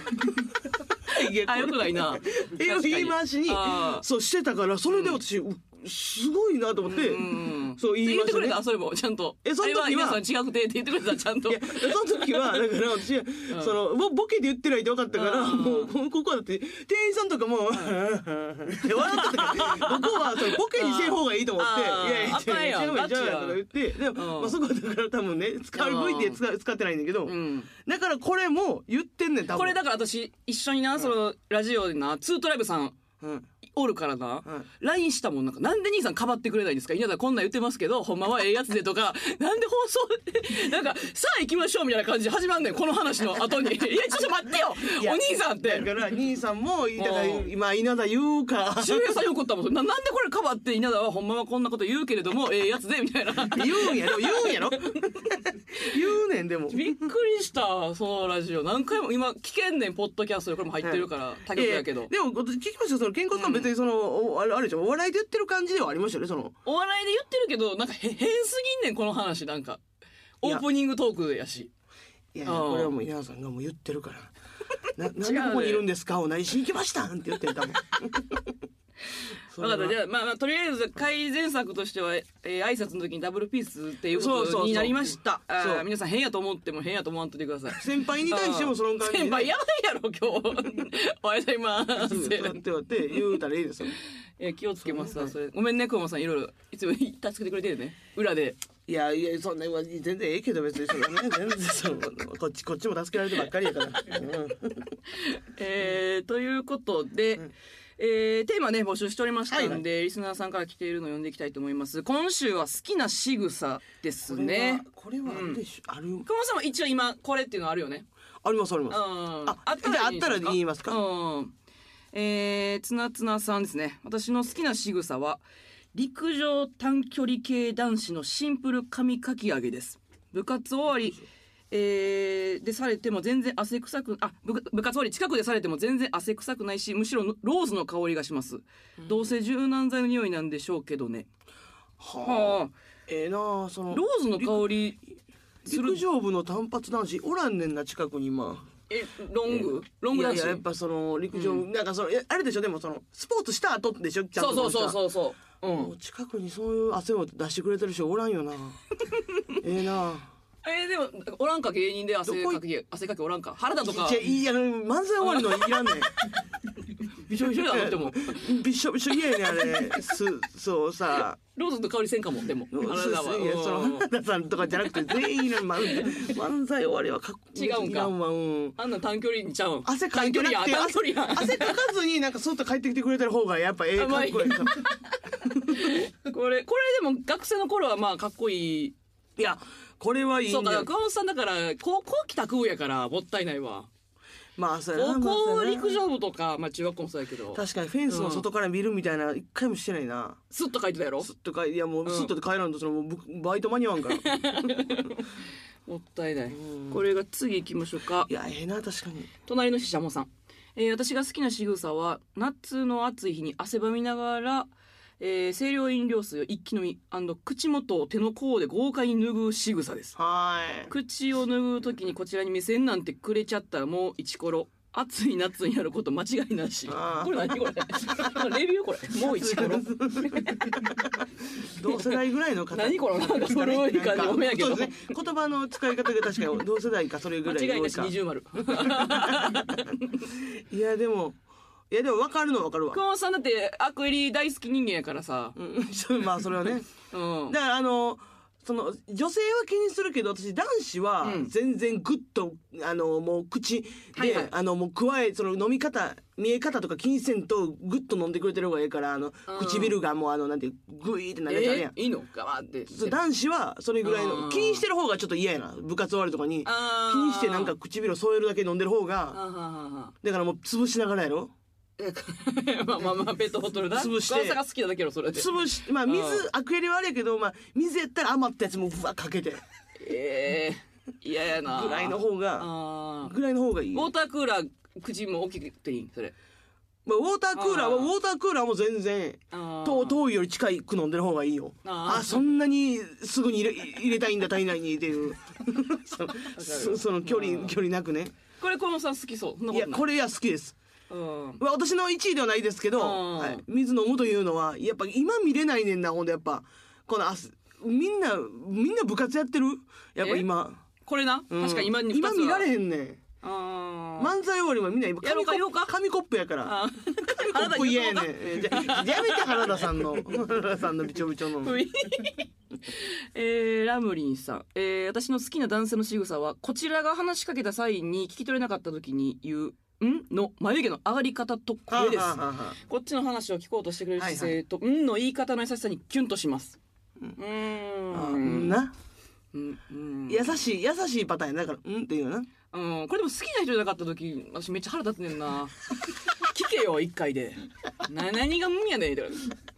Speaker 2: いや
Speaker 1: あよく [laughs] ないな
Speaker 2: っていう言い回しに
Speaker 1: 確かあー
Speaker 2: そうしてたからそれで私、うすごいなと思って、
Speaker 1: うん
Speaker 2: そう言い
Speaker 1: 言っ
Speaker 2: ま
Speaker 1: て
Speaker 2: し
Speaker 1: く
Speaker 2: た
Speaker 1: れ
Speaker 2: ね
Speaker 1: たそれもちゃんと
Speaker 2: えその時は
Speaker 1: あれは皆さん違くてって言ってくれたちゃんと
Speaker 2: いやその時はだから私、そのボボケで言ってないって分かったから、
Speaker 1: うん
Speaker 2: もうこここはだって店員さんとかも、 [laughs] うって笑ってたからここはそのボケにせん方がいいと思って「い
Speaker 1: あー
Speaker 2: やいや
Speaker 1: あかんやん
Speaker 2: 違う違う違う」とか言ってで
Speaker 1: う
Speaker 2: も、
Speaker 1: ん
Speaker 2: まあ、そこはだから多分ね使う
Speaker 1: うん
Speaker 2: V で使使ってないんだけど、
Speaker 1: うん
Speaker 2: だからこれも言ってんねん多分
Speaker 1: これだから私一緒になそのラジオでなツートライブさん
Speaker 2: うん
Speaker 1: おるからな
Speaker 2: はい
Speaker 1: LINE したもんなんか、なんで兄さんかばってくれないんですか稲田こんなん言ってますけど、ほんまはええやつでとか、 [laughs] なんで放送で、 [laughs] なんか、さあ行きましょうみたいな感じで始まんねん、この話の後
Speaker 2: [laughs]
Speaker 1: に。いや、ちょっと待ってよ
Speaker 2: いや
Speaker 1: お兄さんっ
Speaker 2: だ
Speaker 1: て。
Speaker 2: から兄さんもだから
Speaker 1: うん
Speaker 2: 今稲田言うか
Speaker 1: 周平さんに怒ったもん。ななんでこれかばって稲田はほんまはこんなこと言うけれども、ええやつでみたいな。 [laughs]
Speaker 2: 言うんやろ言うんやろ [laughs] 言うねんでも
Speaker 1: びっくりした、そのラジオ。何回も、今、聞けんねん、ポッドキャストでこれも入ってるから、他局やけ
Speaker 2: え
Speaker 1: ど
Speaker 2: え。でも聞きましたよその健康さん別にその、おあれあれじゃんお笑いで言ってる感じではありましたよねその
Speaker 1: お笑いで言ってるけど、なんかへ変すぎんねん、この話、なんか。オープニングトークやし。
Speaker 2: いやいや
Speaker 1: ああ
Speaker 2: これはもう稲田さんがもう言ってるから [laughs] ななんで
Speaker 1: 違うね
Speaker 2: ここにいるんですかお何しに来ましたんって言ってたも [laughs] んそれ
Speaker 1: 分
Speaker 2: は
Speaker 1: かったじゃあまあ、まあ、とりあえず改善策としては、えー、挨拶の時にダブルピースっていう
Speaker 2: そ
Speaker 1: こ
Speaker 2: うそうそ
Speaker 1: と
Speaker 2: う
Speaker 1: になりましたあ
Speaker 2: そう
Speaker 1: ー皆さん変やと思っても変やと思わんといてくださ [laughs] い
Speaker 2: 先輩に対してもその感じで
Speaker 1: [laughs] 先輩やばいやろ今日 [laughs] おはようござい [laughs] ます
Speaker 2: そうそうって言って言うたらいいですよ
Speaker 1: いや気をつけますわ
Speaker 2: そ
Speaker 1: それごめんね熊さんいろいろいつも助けてくれてるね裏で
Speaker 2: いやいやそんな全然ええけど別にそのね [laughs] 全然そうこっちこっちも助けられてばっかりやから、うん
Speaker 1: えーということで、えーテーマね募集しておりましたんで、リスナーさんから来ているのを読んでいきたいと思います今週は好きな仕草ですね
Speaker 2: これはこれはあるでしょ、ある
Speaker 1: 熊さんも一応今これっていうのあるよね
Speaker 2: ありますあります
Speaker 1: あ
Speaker 2: あじゃああったら言いますか
Speaker 1: うん。えー、つなつなさんですね。私の好きな仕草は、陸上短距離系男子のシンプル髪かき上げです。部活終わり、えーでされても全然汗臭く、あ、部部活終わり近くでされても全然汗臭くないし、むしろローズの香りがします。どうせ柔軟剤の匂いなんでしょうけどね。
Speaker 2: はあ
Speaker 1: はあ、
Speaker 2: ええなあその
Speaker 1: ローズの香り、する
Speaker 2: 陸上部の単発男子おらんねんな近くに今
Speaker 1: え、ロングロン
Speaker 2: い
Speaker 1: グ
Speaker 2: や
Speaker 1: 男
Speaker 2: い
Speaker 1: 子
Speaker 2: ややっぱその陸上部、なんかそのえあれでしょでもそのスポーツした後でしょちゃん
Speaker 1: そ
Speaker 2: と
Speaker 1: うそうそう
Speaker 2: う
Speaker 1: そうそう。うん
Speaker 2: もう。近くにそういう汗を出してくれてる人おらん
Speaker 1: [laughs]
Speaker 2: よなええなあ
Speaker 1: えー、でもおらんか芸人で汗かき汗かきおらんか原田とか
Speaker 2: いやいや漫才終わりのいらんねん
Speaker 1: びしょびしょだなっても
Speaker 2: びしょびしょ嫌やねんあれすそうさ
Speaker 1: ローズの香りせんかもでも
Speaker 2: そう
Speaker 1: 原田は
Speaker 2: そういやその
Speaker 1: うん
Speaker 2: 花田さんとかじゃなくて全員いらん漫才漫才終わりはかっこいい
Speaker 1: 違うんか
Speaker 2: いらんわうん
Speaker 1: あんな短距離にちゃうん
Speaker 2: 汗かいてなく
Speaker 1: 短
Speaker 2: て
Speaker 1: 距離や短距離や
Speaker 2: 汗汗かかずになんかそっと帰ってきてくれてる方がやっぱええかっこいい
Speaker 1: あこれこれでも学生の頃はまあかっこいい
Speaker 2: [laughs] いやこれはいいん
Speaker 1: そう
Speaker 2: だ
Speaker 1: か
Speaker 2: よ
Speaker 1: 熊本さんだから高校帰宅部やからもったいないわ
Speaker 2: まあそうやな
Speaker 1: 高
Speaker 2: ま
Speaker 1: 校
Speaker 2: あそうやな
Speaker 1: 陸上部とかまあ中学校もそうやけど
Speaker 2: 確かにフェンスの外から見るみたいな一回もしてないな
Speaker 1: スッと書いてたやろ
Speaker 2: すっとかいやもう
Speaker 1: うん
Speaker 2: すっと帰らんとそのもうぶバイト間に合わんからい
Speaker 1: もったいない
Speaker 2: ん
Speaker 1: これが次行きましょうか
Speaker 2: やええな確かに
Speaker 1: 隣のししゃもさん、えー私が好きな仕草は夏の暑い日に汗ばみながら、えー清涼飲料水を一気飲み口元を手の甲で豪快に拭う仕草です
Speaker 2: は
Speaker 1: 口を拭う時にこちらに目線なんてくれちゃったらもう一コロ暑い夏にやること間違いなし
Speaker 2: あー
Speaker 1: これ [laughs] 何これレビューこれもう一コロ
Speaker 2: い同世代ぐらいの [laughs] 方
Speaker 1: 何このなんか古い感じごめんやけ
Speaker 2: そ
Speaker 1: ど
Speaker 2: うですね言葉の使い方が確かに同世代かそれぐらい
Speaker 1: 間違い
Speaker 2: 多
Speaker 1: ないし
Speaker 2: か
Speaker 1: 二重丸
Speaker 2: いやでもいやでも分かるのは分かるわ
Speaker 1: 熊本さんだってアクエリ大好き人間やからさ、
Speaker 2: うん [laughs] そうまあそれはね
Speaker 1: うん、
Speaker 2: だからあのその女性は気にするけど私男子は
Speaker 1: うん
Speaker 2: 全然グッと、あのもう口で、
Speaker 1: はいはい
Speaker 2: あのもう加えその飲み方見え方とか気にせんとグッと飲んでくれてる方がええからあの、
Speaker 1: うん
Speaker 2: 唇がもうあのなんていうグイーってなるやつあるやん
Speaker 1: えーいいのかわーって
Speaker 2: そう男子はそれぐらいの、
Speaker 1: うん
Speaker 2: 気にしてる方がちょっと嫌やな部活終わりとかに
Speaker 1: あ
Speaker 2: 気
Speaker 1: ー
Speaker 2: にしてなんか唇を添えるだけ飲んでる方
Speaker 1: あ
Speaker 2: が
Speaker 1: ははは
Speaker 2: だからもう潰しながらやろ
Speaker 1: [laughs] まあまあまあペットボトルだ
Speaker 2: 潰して
Speaker 1: 噂が好きなだけどそれで
Speaker 2: 潰しまあ水
Speaker 1: うん
Speaker 2: アクエリはあれやけど、まあ、水やったら余ったやつもふわかけて
Speaker 1: ええ嫌やな
Speaker 2: ぐらいの方が
Speaker 1: あー
Speaker 2: ぐらいの方がいい
Speaker 1: ウォータークーラー口も大きくていいそれ
Speaker 2: まあ、ウォータークーラーは
Speaker 1: あー
Speaker 2: ウォータークーラーも全然
Speaker 1: あー
Speaker 2: 遠遠いより近いく飲んでる方がいいよ
Speaker 1: あ
Speaker 2: あ
Speaker 1: ー
Speaker 2: そんなにすぐに入れ入れたいんだ体内にっ
Speaker 1: [laughs]
Speaker 2: ていうそのそその距離距離なくね
Speaker 1: これこのさん好きそうそんないこ
Speaker 2: や
Speaker 1: とない
Speaker 2: これは好きです、
Speaker 1: うん
Speaker 2: まあ、私の1位ではないですけど、
Speaker 1: うん
Speaker 2: はい、水飲むというのはやっぱ今見れないねんなほんでやっぱこのあすみんなみんな部活やってるやっぱ今、
Speaker 1: これな
Speaker 2: うん
Speaker 1: 確かに今に
Speaker 2: 今見られ
Speaker 1: ん
Speaker 2: へんねん
Speaker 1: あー
Speaker 2: 漫才終わりもみんな今
Speaker 1: やろう
Speaker 2: 紙
Speaker 1: か
Speaker 2: コ
Speaker 1: やろう
Speaker 2: ッ
Speaker 1: か
Speaker 2: プ紙コップやか
Speaker 1: あ
Speaker 2: ら [laughs] コップ嫌やねんえじゃあやめて原田さんの原田さんのびちょびちょの
Speaker 1: ー [laughs] えーラムリンさん、えー私の好きな男性の仕草はこちらが話しかけた際に聞き取れなかった時に言うんの眉毛の上がり方と
Speaker 2: はあ
Speaker 1: 声です
Speaker 2: はあはあはあ
Speaker 1: こっちの話を聞こうとしてくれる姿勢と、うんの言い方の優しさにキュンとしますう
Speaker 2: うん
Speaker 1: ー
Speaker 2: あ
Speaker 1: ん
Speaker 2: な
Speaker 1: うんうん
Speaker 2: 優しい優しいパターンやなだからうんっていうよな
Speaker 1: うんこれでも好きな人じゃなかった時私めっちゃ腹立つねんな [laughs] 聞けよ一回で [laughs] な何がうんやねんって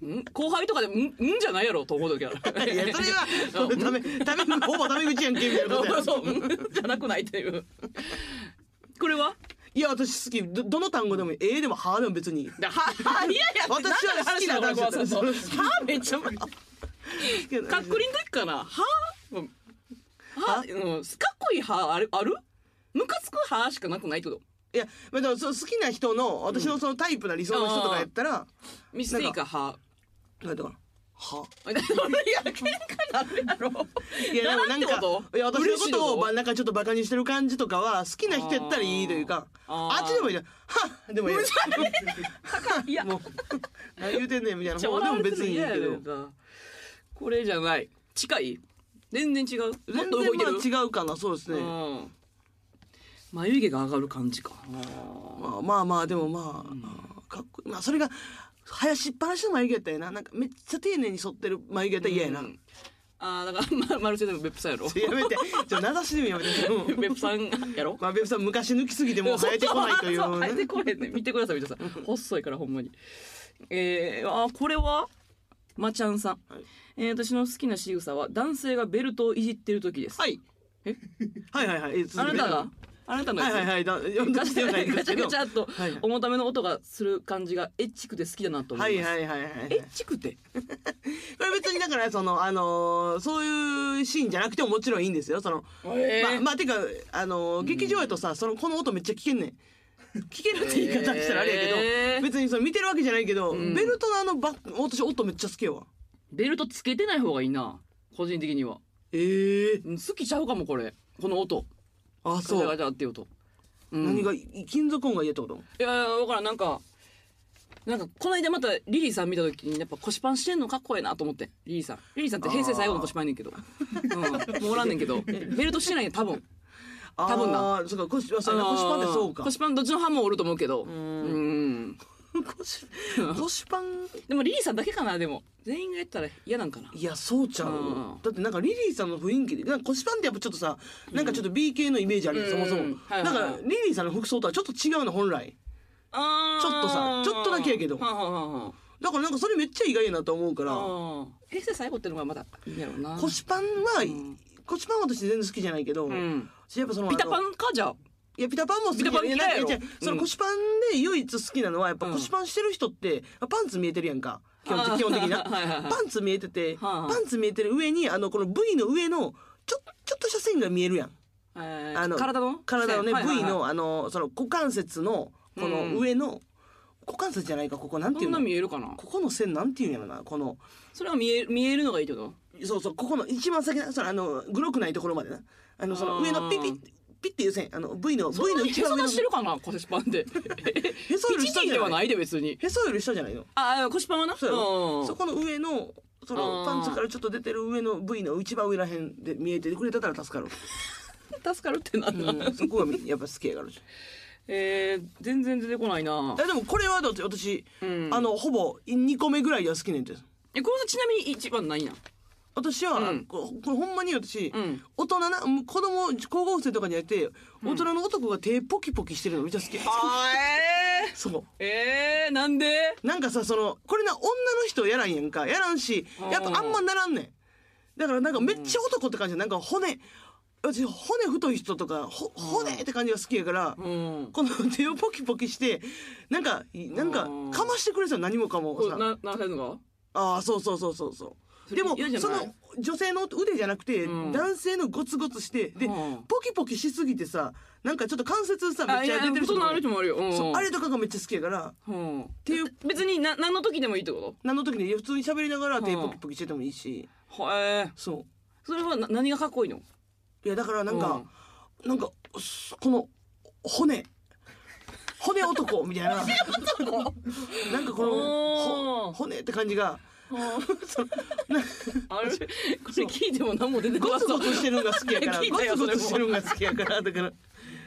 Speaker 1: うん後輩とかでうんうんじゃないやろと思う時ある
Speaker 2: いやそれは [laughs] それためためほぼタメ口やんけみたいなこと
Speaker 1: [laughs]
Speaker 2: や [laughs]
Speaker 1: そうそううんじゃなくないっていうこれはい
Speaker 2: や私好きどどの単語でもええでもはあでも別に
Speaker 1: だはは嫌やって
Speaker 2: 私は好きな
Speaker 1: 何の話だろう
Speaker 2: 男子だ
Speaker 1: これはそうそうはめっちゃかっこいい時かなはうんは
Speaker 2: は
Speaker 1: うん、かっこいいはあるあるムカつくはしかなくないってこと
Speaker 2: いやまあでもそう好きな人の私のそのタイプな理想の人とかやったら、
Speaker 1: ミステイかは
Speaker 2: なんだから
Speaker 1: [laughs]
Speaker 2: は
Speaker 1: いや喧嘩なるやろ
Speaker 2: いやでもなん
Speaker 1: ならんってこ
Speaker 2: か
Speaker 1: と
Speaker 2: いや私の
Speaker 1: 嬉し
Speaker 2: こ
Speaker 1: いの
Speaker 2: とをばなんかちょっとバカにしてる感じとかは好きな人やったらいいというか
Speaker 1: あ
Speaker 2: あ
Speaker 1: ー
Speaker 2: っちでもいいじゃんはでもいい
Speaker 1: いや
Speaker 2: [laughs] もう何言うてんねんみたいな
Speaker 1: ちょ
Speaker 2: もうで
Speaker 1: 笑わ
Speaker 2: も
Speaker 1: れて
Speaker 2: 別
Speaker 1: るの
Speaker 2: にいいけ
Speaker 1: 嫌やね
Speaker 2: ど
Speaker 1: んなこれじゃない近い全然違うもっと
Speaker 2: 全
Speaker 1: 動いてる
Speaker 2: 然まあ違うかなそうですね、
Speaker 1: うん眉毛が上がる感じか
Speaker 2: まあまあまあでもまあ、かっこいいまあそれが生やしっぱなしの眉毛やったらええななんかめっちゃ丁寧に剃ってる眉毛やったら嫌やな、
Speaker 1: うんあーだからまマルセでも別府さんやろ
Speaker 2: [laughs] ちょやめてちょ名指しでもやめ
Speaker 1: [laughs]
Speaker 2: てもう
Speaker 1: 別府さんやろ
Speaker 2: まあベブさん昔抜きすぎてもう生えてこないとい
Speaker 1: そう
Speaker 2: う
Speaker 1: 生えて
Speaker 2: ね
Speaker 1: こへんね見てください皆さん細いからほんまにえー、あーこれはまちゃんさん、
Speaker 2: はい
Speaker 1: えー私の好きな仕草は男性がベルトをいじってる時です、
Speaker 2: はい
Speaker 1: え
Speaker 2: はいはいはいえ
Speaker 1: あ
Speaker 2: 続
Speaker 1: な
Speaker 2: けて
Speaker 1: たがあなたのや
Speaker 2: は
Speaker 1: つ、
Speaker 2: いはいはいだ読んだ
Speaker 1: ガチ
Speaker 2: ことない
Speaker 1: ャ
Speaker 2: んで
Speaker 1: ガ
Speaker 2: す
Speaker 1: チャ
Speaker 2: けど
Speaker 1: ガチャっと
Speaker 2: はいはい
Speaker 1: 重ための音がする感じがエッチくて好きだなと思
Speaker 2: はいい
Speaker 1: ます、
Speaker 2: はいはいはい
Speaker 1: エッチくて
Speaker 2: これ別にだからそのあのーそういうシーンじゃなくてももちろんいいんですよその
Speaker 1: え
Speaker 2: まあまあてかあのー劇場やとさそのこの音めっちゃ聞けんね [laughs] ん聞けるって言い方したらあれやけど、
Speaker 1: えー
Speaker 2: 別にその見てるわけじゃないけど、
Speaker 1: うん
Speaker 2: ベルトのあのバック私音めっちゃ好きやわ
Speaker 1: ベルトつけてない方がいいな個人的には
Speaker 2: ええ
Speaker 1: うん好きちゃうかもこれこの音
Speaker 2: あ
Speaker 1: ガチャ
Speaker 2: そ
Speaker 1: ガ
Speaker 2: う
Speaker 1: チャっていう音、うん
Speaker 2: 何が金属音が嫌ってこと
Speaker 1: いやいやだからんなんかなんかこの間またリリーさん見た時にやっぱ腰パンしてんのかっこええなと思ってリリーさんリリーさんって平成最後の腰パンやねんけど、うん、もうおらんねんけ
Speaker 2: [laughs]
Speaker 1: どベルトしてないねん多分多分な
Speaker 2: あーそうか腰あそうやな腰パンってそうか
Speaker 1: 腰パンどっちの歯もおると思うけど
Speaker 2: ん
Speaker 1: うん
Speaker 2: 腰 [laughs] 腰パン
Speaker 1: でもリリーさんだけかなでも全員がやったら嫌なんかない
Speaker 2: やそうちゃう、
Speaker 1: うん
Speaker 2: だってなんかリリーさんの雰囲気でなんか腰パンってやっぱちょっとさなんかちょっと B 系のイメージあるよ、
Speaker 1: うん
Speaker 2: そもそ
Speaker 1: うん
Speaker 2: も、
Speaker 1: はいは
Speaker 2: だ
Speaker 1: い
Speaker 2: か
Speaker 1: はい
Speaker 2: らリリーさんの服装とはちょっと違うの本来
Speaker 1: あー
Speaker 2: ちょっとさちょっとだけやけど
Speaker 1: はあはあはあ
Speaker 2: だからなんかそれめっちゃ意外やなと思うから
Speaker 1: あー平成最後ってのがまだいいんやろうな
Speaker 2: 腰パンは、
Speaker 1: うん
Speaker 2: 腰パンは私全然好きじゃないけど、
Speaker 1: うん
Speaker 2: やっぱその
Speaker 1: ピタパ
Speaker 2: あの
Speaker 1: ンかじゃあ
Speaker 2: いやピタパンも好き
Speaker 1: ピタパン嫌やろ
Speaker 2: いや違うその腰パンで唯一好きなのはやっぱ腰パンしてる人って、パンツ見えてるやんか基本
Speaker 1: あー
Speaker 2: 的基本的にな
Speaker 1: [laughs] はいはいはい
Speaker 2: パンツ見えてて、
Speaker 1: はあはあ
Speaker 2: パンツ見えてる上にあのこの V の上のちょちょっとした線が見えるやん
Speaker 1: え
Speaker 2: あ
Speaker 1: ー
Speaker 2: の
Speaker 1: 体の
Speaker 2: 体のね、
Speaker 1: はいはいはい
Speaker 2: V のあのその股関節の
Speaker 1: う
Speaker 2: こ
Speaker 1: ん
Speaker 2: の上の、股関節じゃないかここなんてい
Speaker 1: そ
Speaker 2: うん
Speaker 1: な
Speaker 2: の
Speaker 1: 見えるかな
Speaker 2: ここの線なんていうんやろなこの
Speaker 1: それは見え見えるのがいいってこと
Speaker 2: そうそうここの一番先なそのあのグロくないところまでなあのそ
Speaker 1: あー
Speaker 2: の上のピッピッピッっていう線あの V の V の
Speaker 1: へ
Speaker 2: 一
Speaker 1: そ
Speaker 2: 番上
Speaker 1: 出
Speaker 2: の
Speaker 1: してるかな腰パン [laughs] で
Speaker 2: へそより
Speaker 1: 一
Speaker 2: 下
Speaker 1: 時
Speaker 2: じ
Speaker 1: で
Speaker 2: ゃ
Speaker 1: は
Speaker 2: ない
Speaker 1: ないで別に
Speaker 2: へそより下じゃないの
Speaker 1: ああ腰パンはな
Speaker 2: そうやろ
Speaker 1: うん
Speaker 2: そこの上のそ
Speaker 1: あ
Speaker 2: の
Speaker 1: ー
Speaker 2: パンツからちょっと出てる上の V の一番上らへんで見えててくれてたら助かる、
Speaker 1: 助かるってなんだ、
Speaker 2: うん、そこがみやっぱ好きやから
Speaker 1: えー、全然出てこないな
Speaker 2: えでもこれはだって私、
Speaker 1: うん
Speaker 2: あのほぼ2個目ぐらいでは好きねんて
Speaker 1: えこれちなみに一番ないな
Speaker 2: 私は、
Speaker 1: うん
Speaker 2: ここれほんまに私、
Speaker 1: うん
Speaker 2: 大人なもう子供高校生とかにやって大人の男が手ポキポキしてるのめっちゃ好き、
Speaker 1: あえ
Speaker 2: そう
Speaker 1: ー、えー、なんで
Speaker 2: なんかさそのこれな女の人やらんやんかやらんし
Speaker 1: あー
Speaker 2: やっぱあんまならんねんだからなんかめっちゃ男って感じなんか骨私骨太い人とかほ骨って感じが好きやから
Speaker 1: うん
Speaker 2: この手をポキポキしてなんかなんか
Speaker 1: うん
Speaker 2: かましてくれそう何もかも
Speaker 1: こう
Speaker 2: さ
Speaker 1: ななされるの
Speaker 2: ああそうそうそうそうそう
Speaker 1: それ
Speaker 2: でも
Speaker 1: 嫌じゃ
Speaker 2: そ
Speaker 1: ない
Speaker 2: の女性の腕じゃなくて、
Speaker 1: うん
Speaker 2: 男性のゴツゴツしてで、
Speaker 1: うん
Speaker 2: ポキポキしすぎてさなんかちょっと関節さ
Speaker 1: かあい
Speaker 2: めっちゃ
Speaker 1: や
Speaker 2: 出てる
Speaker 1: そ
Speaker 2: 人
Speaker 1: ん
Speaker 2: と
Speaker 1: な
Speaker 2: か
Speaker 1: ある人もあるよ、うん、
Speaker 2: そうあれとかがめっちゃ好きやから
Speaker 1: うん、って
Speaker 2: いう
Speaker 1: 別にな何の時でもいいってこ
Speaker 2: 何の時に普通に喋りながら手
Speaker 1: うん
Speaker 2: ポキポキしててもいいし、
Speaker 1: とはえー、
Speaker 2: そ
Speaker 1: それはな何がかっこいいの
Speaker 2: ういやだからなんか、なんかすこの骨骨男みたいななんかこの
Speaker 1: おー
Speaker 2: ほ骨って感じが
Speaker 1: [laughs] あれ [laughs] これ聞いても何も出てこ
Speaker 2: ゴ
Speaker 1: な
Speaker 2: ツゴ
Speaker 1: そう
Speaker 2: ツしてるのが好きやから
Speaker 1: 聞い
Speaker 2: ゴ
Speaker 1: たよ
Speaker 2: ツゴツ
Speaker 1: そ
Speaker 2: し
Speaker 1: れ
Speaker 2: て
Speaker 1: も
Speaker 2: るのが好きやからだから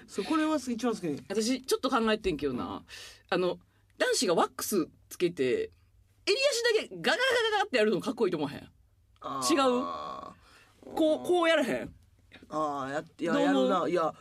Speaker 2: そうこれは一番好きね
Speaker 1: 私ちょっと考えてんけどな、あの男子がワックスつけて襟足だけガガガガガってやるのかっこいいと思わへん
Speaker 2: あ
Speaker 1: 違う
Speaker 2: ー
Speaker 1: こうこうやらへん
Speaker 2: あーやっ
Speaker 1: ど
Speaker 2: いや
Speaker 1: う
Speaker 2: や
Speaker 1: 思う
Speaker 2: るないや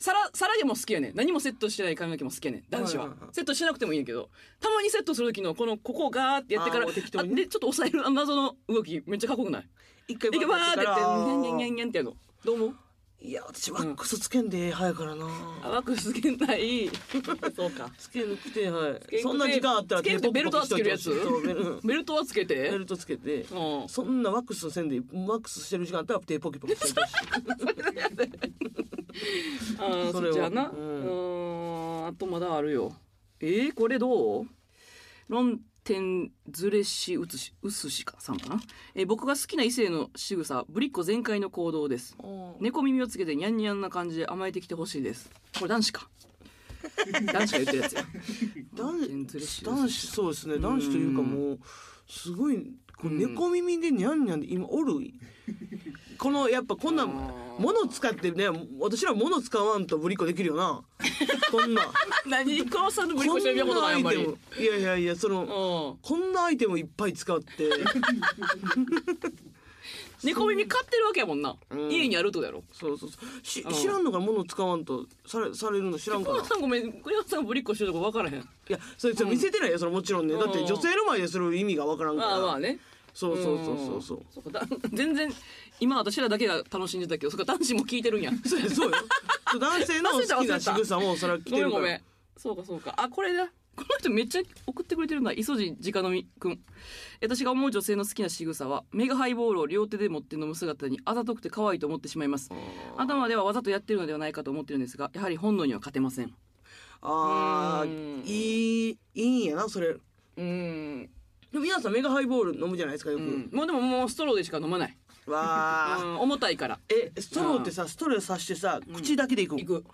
Speaker 1: 皿皿でも好きやねん何もセットしてない髪の毛も好きやねん男子は,、
Speaker 2: はいはいはい
Speaker 1: セットしなくてもいいんやけどたまにセットする時のこのここをガーってやってから
Speaker 2: あーもう適当に
Speaker 1: あでちょっと押さえるあの謎の動きめっちゃかっこよくない
Speaker 2: 一回
Speaker 1: でバーってやってニャンニャンニャン
Speaker 2: ン
Speaker 1: ニャンってやるのどう思う
Speaker 2: いや私ワックスつけんで早いからな
Speaker 1: あワックスつけない [laughs] そうか
Speaker 2: つけなくて
Speaker 1: けん
Speaker 2: は
Speaker 1: くて
Speaker 2: いそんな時間あったら
Speaker 1: つけんとベルトはつけるやつ
Speaker 2: そうベ
Speaker 1: [laughs]
Speaker 2: ルうん
Speaker 1: [laughs] ベルトはつけて
Speaker 2: ベルトつけて
Speaker 1: うん
Speaker 2: そんなワックスの線でワックスしてる時間あったら手ポキポキしてるし
Speaker 1: あー
Speaker 2: そ
Speaker 1: そっ
Speaker 2: れは
Speaker 1: ちやなう
Speaker 2: うん
Speaker 1: ーんあとまだあるよえー、これどう論点ずれしうつしうすしかさんかな、えー僕が好きな異性の仕草ぶりっ子全開の行動です猫耳をつけてニャンニャンな感じで甘えてきてほしいですこれ男子か [laughs] 男子が言ってるやつや論点
Speaker 2: 男
Speaker 1: ずれしうすし
Speaker 2: 男子そうですね男子というかもうすごいこう猫耳でニャンニャンで今おるこのやっぱこんなん
Speaker 1: あー
Speaker 2: 物使ってね私ら物使わんとぶりっ子できる
Speaker 1: [laughs]
Speaker 2: よなこんな
Speaker 1: [laughs] 何このさんのぶりっ
Speaker 2: こ
Speaker 1: 子してること
Speaker 2: んな
Speaker 1: ない
Speaker 2: ア
Speaker 1: あん
Speaker 2: イ
Speaker 1: ま
Speaker 2: テ
Speaker 1: り
Speaker 2: ムいやいやいやそ
Speaker 1: うん
Speaker 2: のこんなアイテムいっぱい使って
Speaker 1: 猫耳買ってるわけやもんな、
Speaker 2: うん
Speaker 1: 家にあるってことやろ
Speaker 2: そうそうそうし
Speaker 1: うん
Speaker 2: 知らんのか物使わんとされされるの知らんか
Speaker 1: 栗
Speaker 2: ら
Speaker 1: 山さんごめん栗山さんぶりっ子してるとこ分からへん
Speaker 2: いやそれそれ見せてないよそれもちろんね
Speaker 1: うん
Speaker 2: だって女性の前でする意味がわからんか
Speaker 1: まあまあ
Speaker 2: ら
Speaker 1: ね
Speaker 2: そうそうそうそうそう
Speaker 1: そうかだ [laughs] 全然今私らだけが楽しんでたけどそっか男子も聞いてるんや
Speaker 2: [laughs] そうやそうよ男性の好きな仕草もそれは
Speaker 1: ご
Speaker 2: 来て
Speaker 1: めん
Speaker 2: るか
Speaker 1: ごめ
Speaker 2: ら
Speaker 1: んそうかそうかあこれだこの人めっちゃ送ってくれてるんだ磯路直飲みくん私が思う女性の好きな仕草はメガハイボールを両手で持って飲む姿にあざとくて可愛いと思ってしまいます頭ではわざとやってるのではないかと思ってるんですがやはり本能には勝てません
Speaker 2: あ
Speaker 1: うん
Speaker 2: ーいいいいんやなそれ
Speaker 1: うん、
Speaker 2: でも皆さんメガハイボール飲むじゃないですかよ
Speaker 1: う
Speaker 2: く、
Speaker 1: ん、もうでももうストローでしか飲まない、
Speaker 2: わ
Speaker 1: う
Speaker 2: あ
Speaker 1: [laughs] ん、重たいから
Speaker 2: えストローってさストローさしてさ口だけでいく
Speaker 1: 行くうわ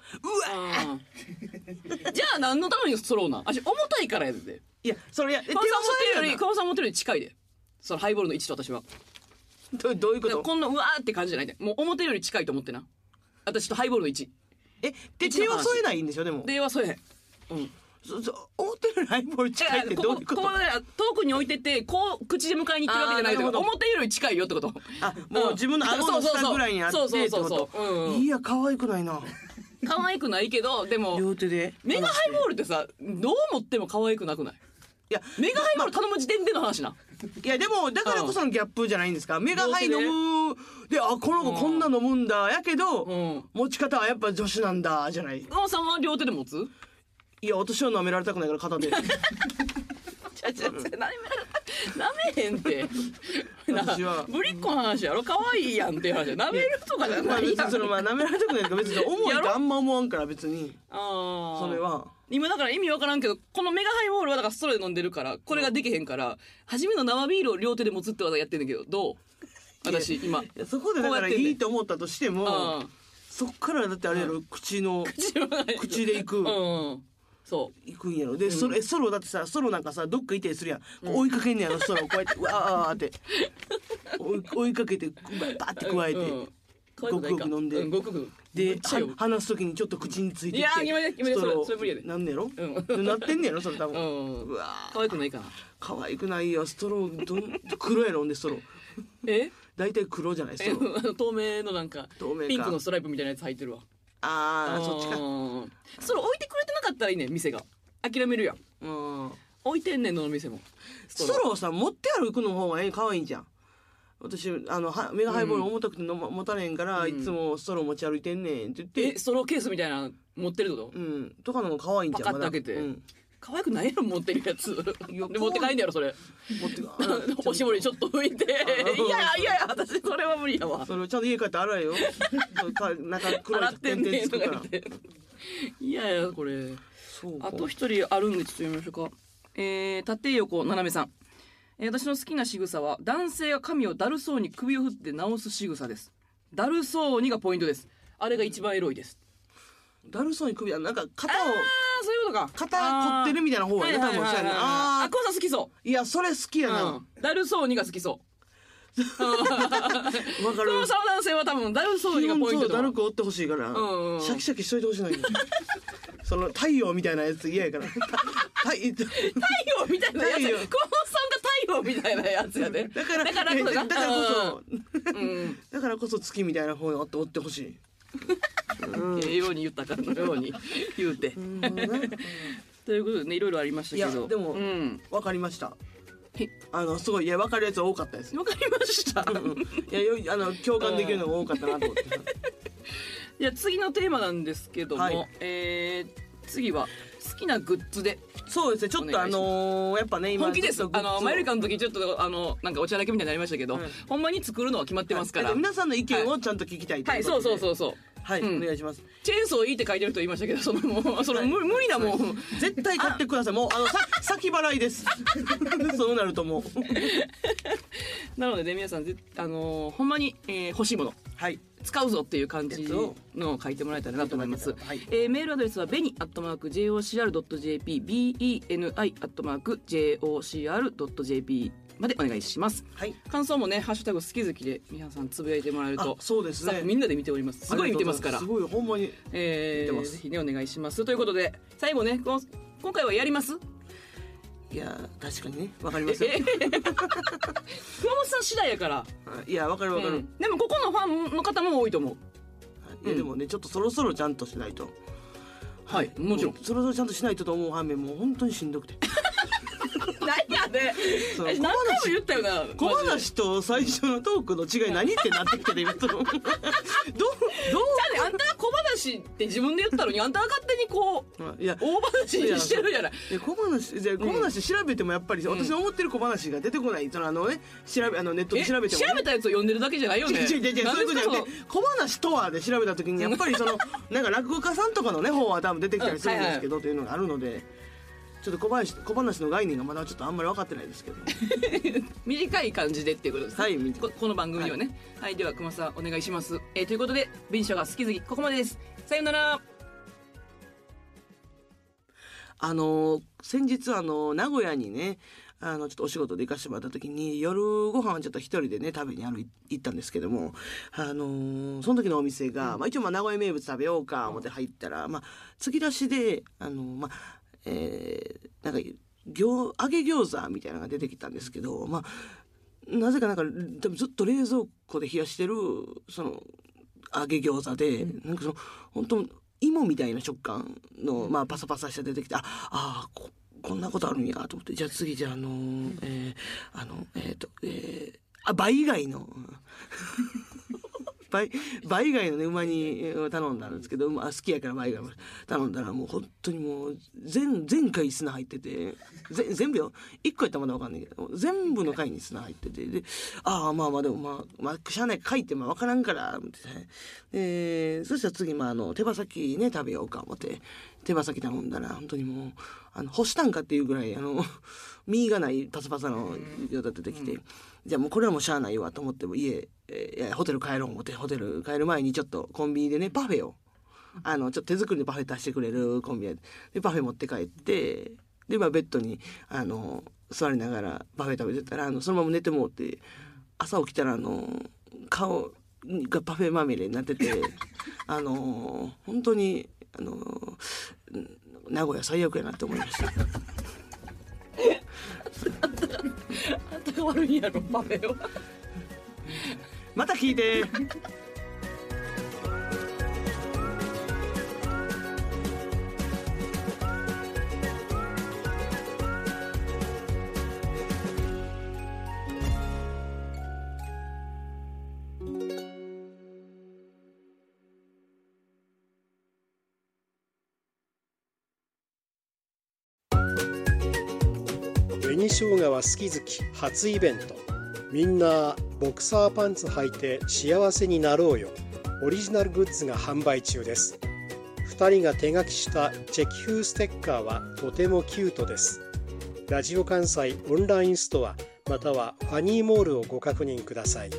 Speaker 2: [laughs]
Speaker 1: じゃあ何のためにストローなん私重たいからやでて
Speaker 2: いやそれいやえ手
Speaker 1: 川
Speaker 2: を
Speaker 1: さん持ってるよ
Speaker 2: 添える
Speaker 1: り
Speaker 2: やんな
Speaker 1: 川さん持ってるより近いでそのハイボールの位置と私は
Speaker 2: どどういうこ
Speaker 1: だから
Speaker 2: と
Speaker 1: こんなうわーって感じじゃないでもう表より近いと思ってな私とハイボールの位置
Speaker 2: えで手は添えないんでしょでも
Speaker 1: ではそれへんうん、
Speaker 2: そそ思ってるハイボール
Speaker 1: だ
Speaker 2: 近
Speaker 1: か
Speaker 2: い
Speaker 1: ら
Speaker 2: って
Speaker 1: こ
Speaker 2: どう
Speaker 1: こ
Speaker 2: いう
Speaker 1: こ
Speaker 2: こと
Speaker 1: こだから遠くに置いててこう口で迎えに行ってるわけじゃない
Speaker 2: あーなる
Speaker 1: と
Speaker 2: ほど
Speaker 1: 表より近いよってこと
Speaker 2: あもう自分の顎の下ぐらいにあって
Speaker 1: そ
Speaker 2: っ
Speaker 1: うそう
Speaker 2: て
Speaker 1: そう
Speaker 2: こ
Speaker 1: そううん
Speaker 2: と
Speaker 1: うん
Speaker 2: いや可愛くな
Speaker 1: [laughs]
Speaker 2: いな
Speaker 1: 可愛くないけどでも
Speaker 2: 両手で
Speaker 1: メガハイボールってさどう持っても可愛くなくない
Speaker 2: いや
Speaker 1: メガハイボール頼む時点での話な、
Speaker 2: いやでもだからこそのギャップじゃないんですか目がハイ飲むであこの子こんな飲むんだやけ
Speaker 1: う
Speaker 2: ど
Speaker 1: ん
Speaker 2: 持ち方はやっぱ女子なんだじゃない
Speaker 1: 熊本さんは両手で持つ
Speaker 2: いや私は舐められたくないか
Speaker 1: [laughs]
Speaker 2: ら片手
Speaker 1: ちゃちゃちゃ、舐められ舐めへんって。
Speaker 2: 私は
Speaker 1: なぶりっ子の話やろ可愛いやんっていう話や。舐めるとかじゃ
Speaker 2: ま
Speaker 1: な
Speaker 2: あ
Speaker 1: い
Speaker 2: 別
Speaker 1: やん。
Speaker 2: にそのまあ舐められたくないとか別に重いってあんま思わんから別に
Speaker 1: あー
Speaker 2: それは
Speaker 1: 今だから意味わからんけど、このメガハイボールはだからストローで飲んでるから、これができへんから、初めの生ビールを両手で持つって技やってんだけど、どう私、今。
Speaker 2: いやそこでだ
Speaker 1: こうや
Speaker 2: から
Speaker 1: ってんねん
Speaker 2: いいと思ったとしても
Speaker 1: うん。
Speaker 2: そっからだってあれやろ口の口でいく
Speaker 1: うん。そう。
Speaker 2: いくんやろでそれソロだってさソロなんかさどっかいたりするやん追いかけんねやろソロこうやってうわーって追い追いかけてバーって加えて。
Speaker 1: うん可愛くないか
Speaker 2: ごくごく飲んで
Speaker 1: うごくごくめ
Speaker 2: で
Speaker 1: っちゃ酔う
Speaker 2: は話すときにちょっと口についてきて
Speaker 1: いやー今ね今ね
Speaker 2: ストロー
Speaker 1: それそれ無理やで
Speaker 2: なんねやろ、
Speaker 1: う
Speaker 2: なってんねやろそれ多分、
Speaker 1: うん
Speaker 2: うわー
Speaker 1: 可愛くないかな。
Speaker 2: 可愛くないよストローどん黒やろほんでストロー
Speaker 1: え
Speaker 2: 大体黒じゃないス
Speaker 1: え
Speaker 2: トロ
Speaker 1: [laughs]
Speaker 2: ー
Speaker 1: あの透明のなんか
Speaker 2: 透明か
Speaker 1: ピンクのストライプみたいなやつ入ってるわ
Speaker 2: あーそっち
Speaker 1: う
Speaker 2: か
Speaker 1: んそれ置いてくれてなかったらいいねん店が諦めるやん
Speaker 2: うん
Speaker 1: 置いてんねんどの店も
Speaker 2: ストローさ持って歩くの方がええ可愛いんじゃん私あのはメガハイボール重たくて飲ま持たれへんから、いつもストロー持ち歩いてんねんって言っ
Speaker 1: え
Speaker 2: て
Speaker 1: ストローケースみたいなの持ってるってこと
Speaker 2: うんとかの方が可愛いんじゃ
Speaker 1: パ
Speaker 2: ん
Speaker 1: カッて開けて [laughs]
Speaker 2: うん、
Speaker 1: 可愛くないやろ持ってるやつ
Speaker 2: いや
Speaker 1: で持って帰んねやろそれ
Speaker 2: 持ってか
Speaker 1: [laughs] おしぼりちょっと拭いて
Speaker 2: あ
Speaker 1: いやいやいや私それは無理やわ
Speaker 2: それをちゃんと家帰って洗えよそうか中黒
Speaker 1: 洗っ
Speaker 2: い
Speaker 1: て
Speaker 2: 点
Speaker 1: ん
Speaker 2: 々
Speaker 1: ね
Speaker 2: つ
Speaker 1: んと
Speaker 2: く
Speaker 1: か
Speaker 2: か
Speaker 1: 言
Speaker 2: ら
Speaker 1: っていやいやこれ
Speaker 2: そうか
Speaker 1: あと一人あるんでちょっと読みましょうか。えー、縦横斜めさん。えー私の好きな仕草は男性が髪をだるそうに首を振って直す仕草です。だるそうにがポイントです。あれが一番エロいです。
Speaker 2: だるそうに首はなんか肩を
Speaker 1: ああそういうことか。
Speaker 2: 肩凝ってるみたいな方
Speaker 1: は
Speaker 2: や
Speaker 1: い
Speaker 2: ね
Speaker 1: は
Speaker 2: 多
Speaker 1: い
Speaker 2: 分
Speaker 1: はい
Speaker 2: そう
Speaker 1: は
Speaker 2: や
Speaker 1: い
Speaker 2: ね
Speaker 1: あ
Speaker 2: あ
Speaker 1: こさん好きそ
Speaker 2: ーいやそれ好きや
Speaker 1: う。
Speaker 2: な、
Speaker 1: うん。だるそうにが好きそ
Speaker 2: わか
Speaker 1: こ
Speaker 2: る
Speaker 1: の相談性は多分だいぶそう
Speaker 2: 基
Speaker 1: にが
Speaker 2: 本
Speaker 1: ポイント
Speaker 2: そう
Speaker 1: だ
Speaker 2: だるく折ってほしいから、
Speaker 1: うんうん
Speaker 2: シャキシャキしといてほしい
Speaker 1: [laughs]
Speaker 2: のにその太陽みたいなやつ嫌やから太
Speaker 1: 太陽みたいなやつ
Speaker 2: 太
Speaker 1: 高さ
Speaker 2: 陽
Speaker 1: んが太陽みたいなやつやで
Speaker 2: だから
Speaker 1: だから
Speaker 2: え
Speaker 1: こそ
Speaker 2: だからこそ、
Speaker 1: うん
Speaker 2: だからこそ月みたいな方に折って折ってほしい。
Speaker 1: うん栄養に言ったかのように言うてということでねいろいろありましたけ
Speaker 2: い
Speaker 1: ど
Speaker 2: やでも
Speaker 1: うん
Speaker 2: わかりました
Speaker 1: はい。
Speaker 2: あのすごいいやわかるやつ多かったです。
Speaker 1: わかりました
Speaker 2: いやよいあの共感できるのが多かったなと思って。
Speaker 1: じゃあ次のテーマなんですけども、
Speaker 2: はい
Speaker 1: えー次は好きなグッズで
Speaker 2: そうですね。ちょっとあのーやっぱね今
Speaker 1: 本気です
Speaker 2: ちょっと
Speaker 1: あ
Speaker 2: グッズ
Speaker 1: の
Speaker 2: を
Speaker 1: マユリカの時ちょっとあのなんかお茶だけみたいになりましたけど、
Speaker 2: はい
Speaker 1: ほんまに作るのは決まってますか
Speaker 2: は
Speaker 1: ら
Speaker 2: い皆さんの意見をちゃんと聞きたいと
Speaker 1: はいいう
Speaker 2: こと
Speaker 1: そう
Speaker 2: で
Speaker 1: そうそうそう
Speaker 2: はい、
Speaker 1: うん
Speaker 2: お願いします。
Speaker 1: チェーンソーいいって書いてる人いましたけどそのもうその
Speaker 2: はい
Speaker 1: 無無理なもん
Speaker 2: 絶対買ってください。もうあのさ先払い [laughs] です。そうなるともう
Speaker 1: なのでね皆さんぜあのーほんまに、えー欲しいもの
Speaker 2: はい。
Speaker 1: 使うぞっていう感じのを書いてもらえたらなと思います。
Speaker 2: はい
Speaker 1: えーメールアドレスはベニアットマーク jocr.jp beni アットマーク jocr.jp までお願いします。
Speaker 2: はい。
Speaker 1: 感想もねハッシュタグ好き好きで皆さんつぶやいてもらえる
Speaker 2: あ
Speaker 1: と、
Speaker 2: そうです
Speaker 1: スタッ
Speaker 2: ね
Speaker 1: フ。みんなで見ております。すごい見てますから
Speaker 2: あり。がとうございすごいほんまに。
Speaker 1: え
Speaker 2: 見て
Speaker 1: ー、
Speaker 2: ます
Speaker 1: ぜひねお願いしますということで最後ねこの今回はやります
Speaker 2: いや確かにねわかり
Speaker 1: え
Speaker 2: ますよ。
Speaker 1: ー熊本さん次第やから、
Speaker 2: いやわかるわかる。
Speaker 1: うんでもここのファンの方も多いと思う
Speaker 2: いやでもね、ちょっとそろそろちゃんとしないと
Speaker 1: はいもちろん
Speaker 2: うそろそろちゃんとしないとと思う反面もう本当にしんど [laughs] くて
Speaker 1: 何やで
Speaker 2: そう
Speaker 1: 何回も言ったよな
Speaker 2: 小話と最初のトークの違い何ってなってきてて今そのどうど
Speaker 1: じゃあねあんたが小話って自分で言ったのにあんたが勝手にこ
Speaker 2: [laughs]
Speaker 1: う
Speaker 2: ういや
Speaker 1: 大話にしてるじゃない
Speaker 2: いや小話じゃあ小話調べてもやっぱり、私の思ってる小話が出てこないそのあのね調べあのネットで
Speaker 1: え
Speaker 2: 調べても、ね、
Speaker 1: 調べたやつを呼んでるだけじゃないよね
Speaker 2: 違う違う違うそういうことじゃなくて小話とはで調べた時にやっぱりそのなんか落語家さんとかのね方は多分出てきたりするんですけどというのがあるのでちょっと小林小話の概念がまだちょっとあんまり分かってないですけど
Speaker 1: 短い感じでっていうことですね、
Speaker 2: はい短い
Speaker 1: ここの番組にはねはい、では熊さんお願いします、えーということで「紅書が好き好き」ここまでですさようなら
Speaker 2: あの先日あの名古屋にねあのちょっとお仕事で行かせてもらった時に夜ご飯をちょっと一人でね食べにあのい行ったんですけどもあのその時のお店が、まあ、一応まあ名古屋名物食べようか思って入ったら、まあ、突き出しであのまあえーなんか餃揚げ餃子みたいなのが出てきたんですけど、まあ、なぜかなんか多分ずっと冷蔵庫で冷やしてるその揚げ餃子で、なんかその本当芋みたいな食感の、まあ、パサパサして出てきてああーここんなことあるんやと思ってじゃあ次じゃああのーえーあのえっ、とえーあ倍以外の。うん倍倍以外のね馬にえー頼んだんですけど、まあ、好きやから倍以外も頼んだらもう本当にもう全全回砂入っててぜ全部よ1個やったらまだ分かんないけど全部の回に砂入っててでああまあまあでもまあ、まあ、しゃあない回ってまあ分からんからみたいなでそしたら次、まあ、あの手羽先ね食べようか思って手羽先頼んだら本当にもうあの干したんかっていうぐらいあの [laughs] 身がないパサパサのようだっててきて、じゃあもうこれはもうしゃあないわと思っても家、えーいやホテル帰ろう思ってホテル帰る前にちょっとコンビニでねパフェをあのちょっと手作りのパフェ出してくれるコンビニででパフェ持って帰ってで、まあ、ベッドにあの座りながらパフェ食べてたらあのそのまま寝てもうて朝起きたらあの顔がパフェまみれになって [laughs] てあの本当にあのうん名古屋最悪やなって思いました。
Speaker 1: あんたが悪いんやろパフェを
Speaker 2: また聞いて
Speaker 3: 紅生姜は好き好き初イベントみんなボクサーパンツ履いて幸せになろうよオリジナルグッズが販売中です2人が手書きしたチェキ風ステッカーはとてもキュートですラジオ関西オンラインストアまたはファニーモールをご確認ください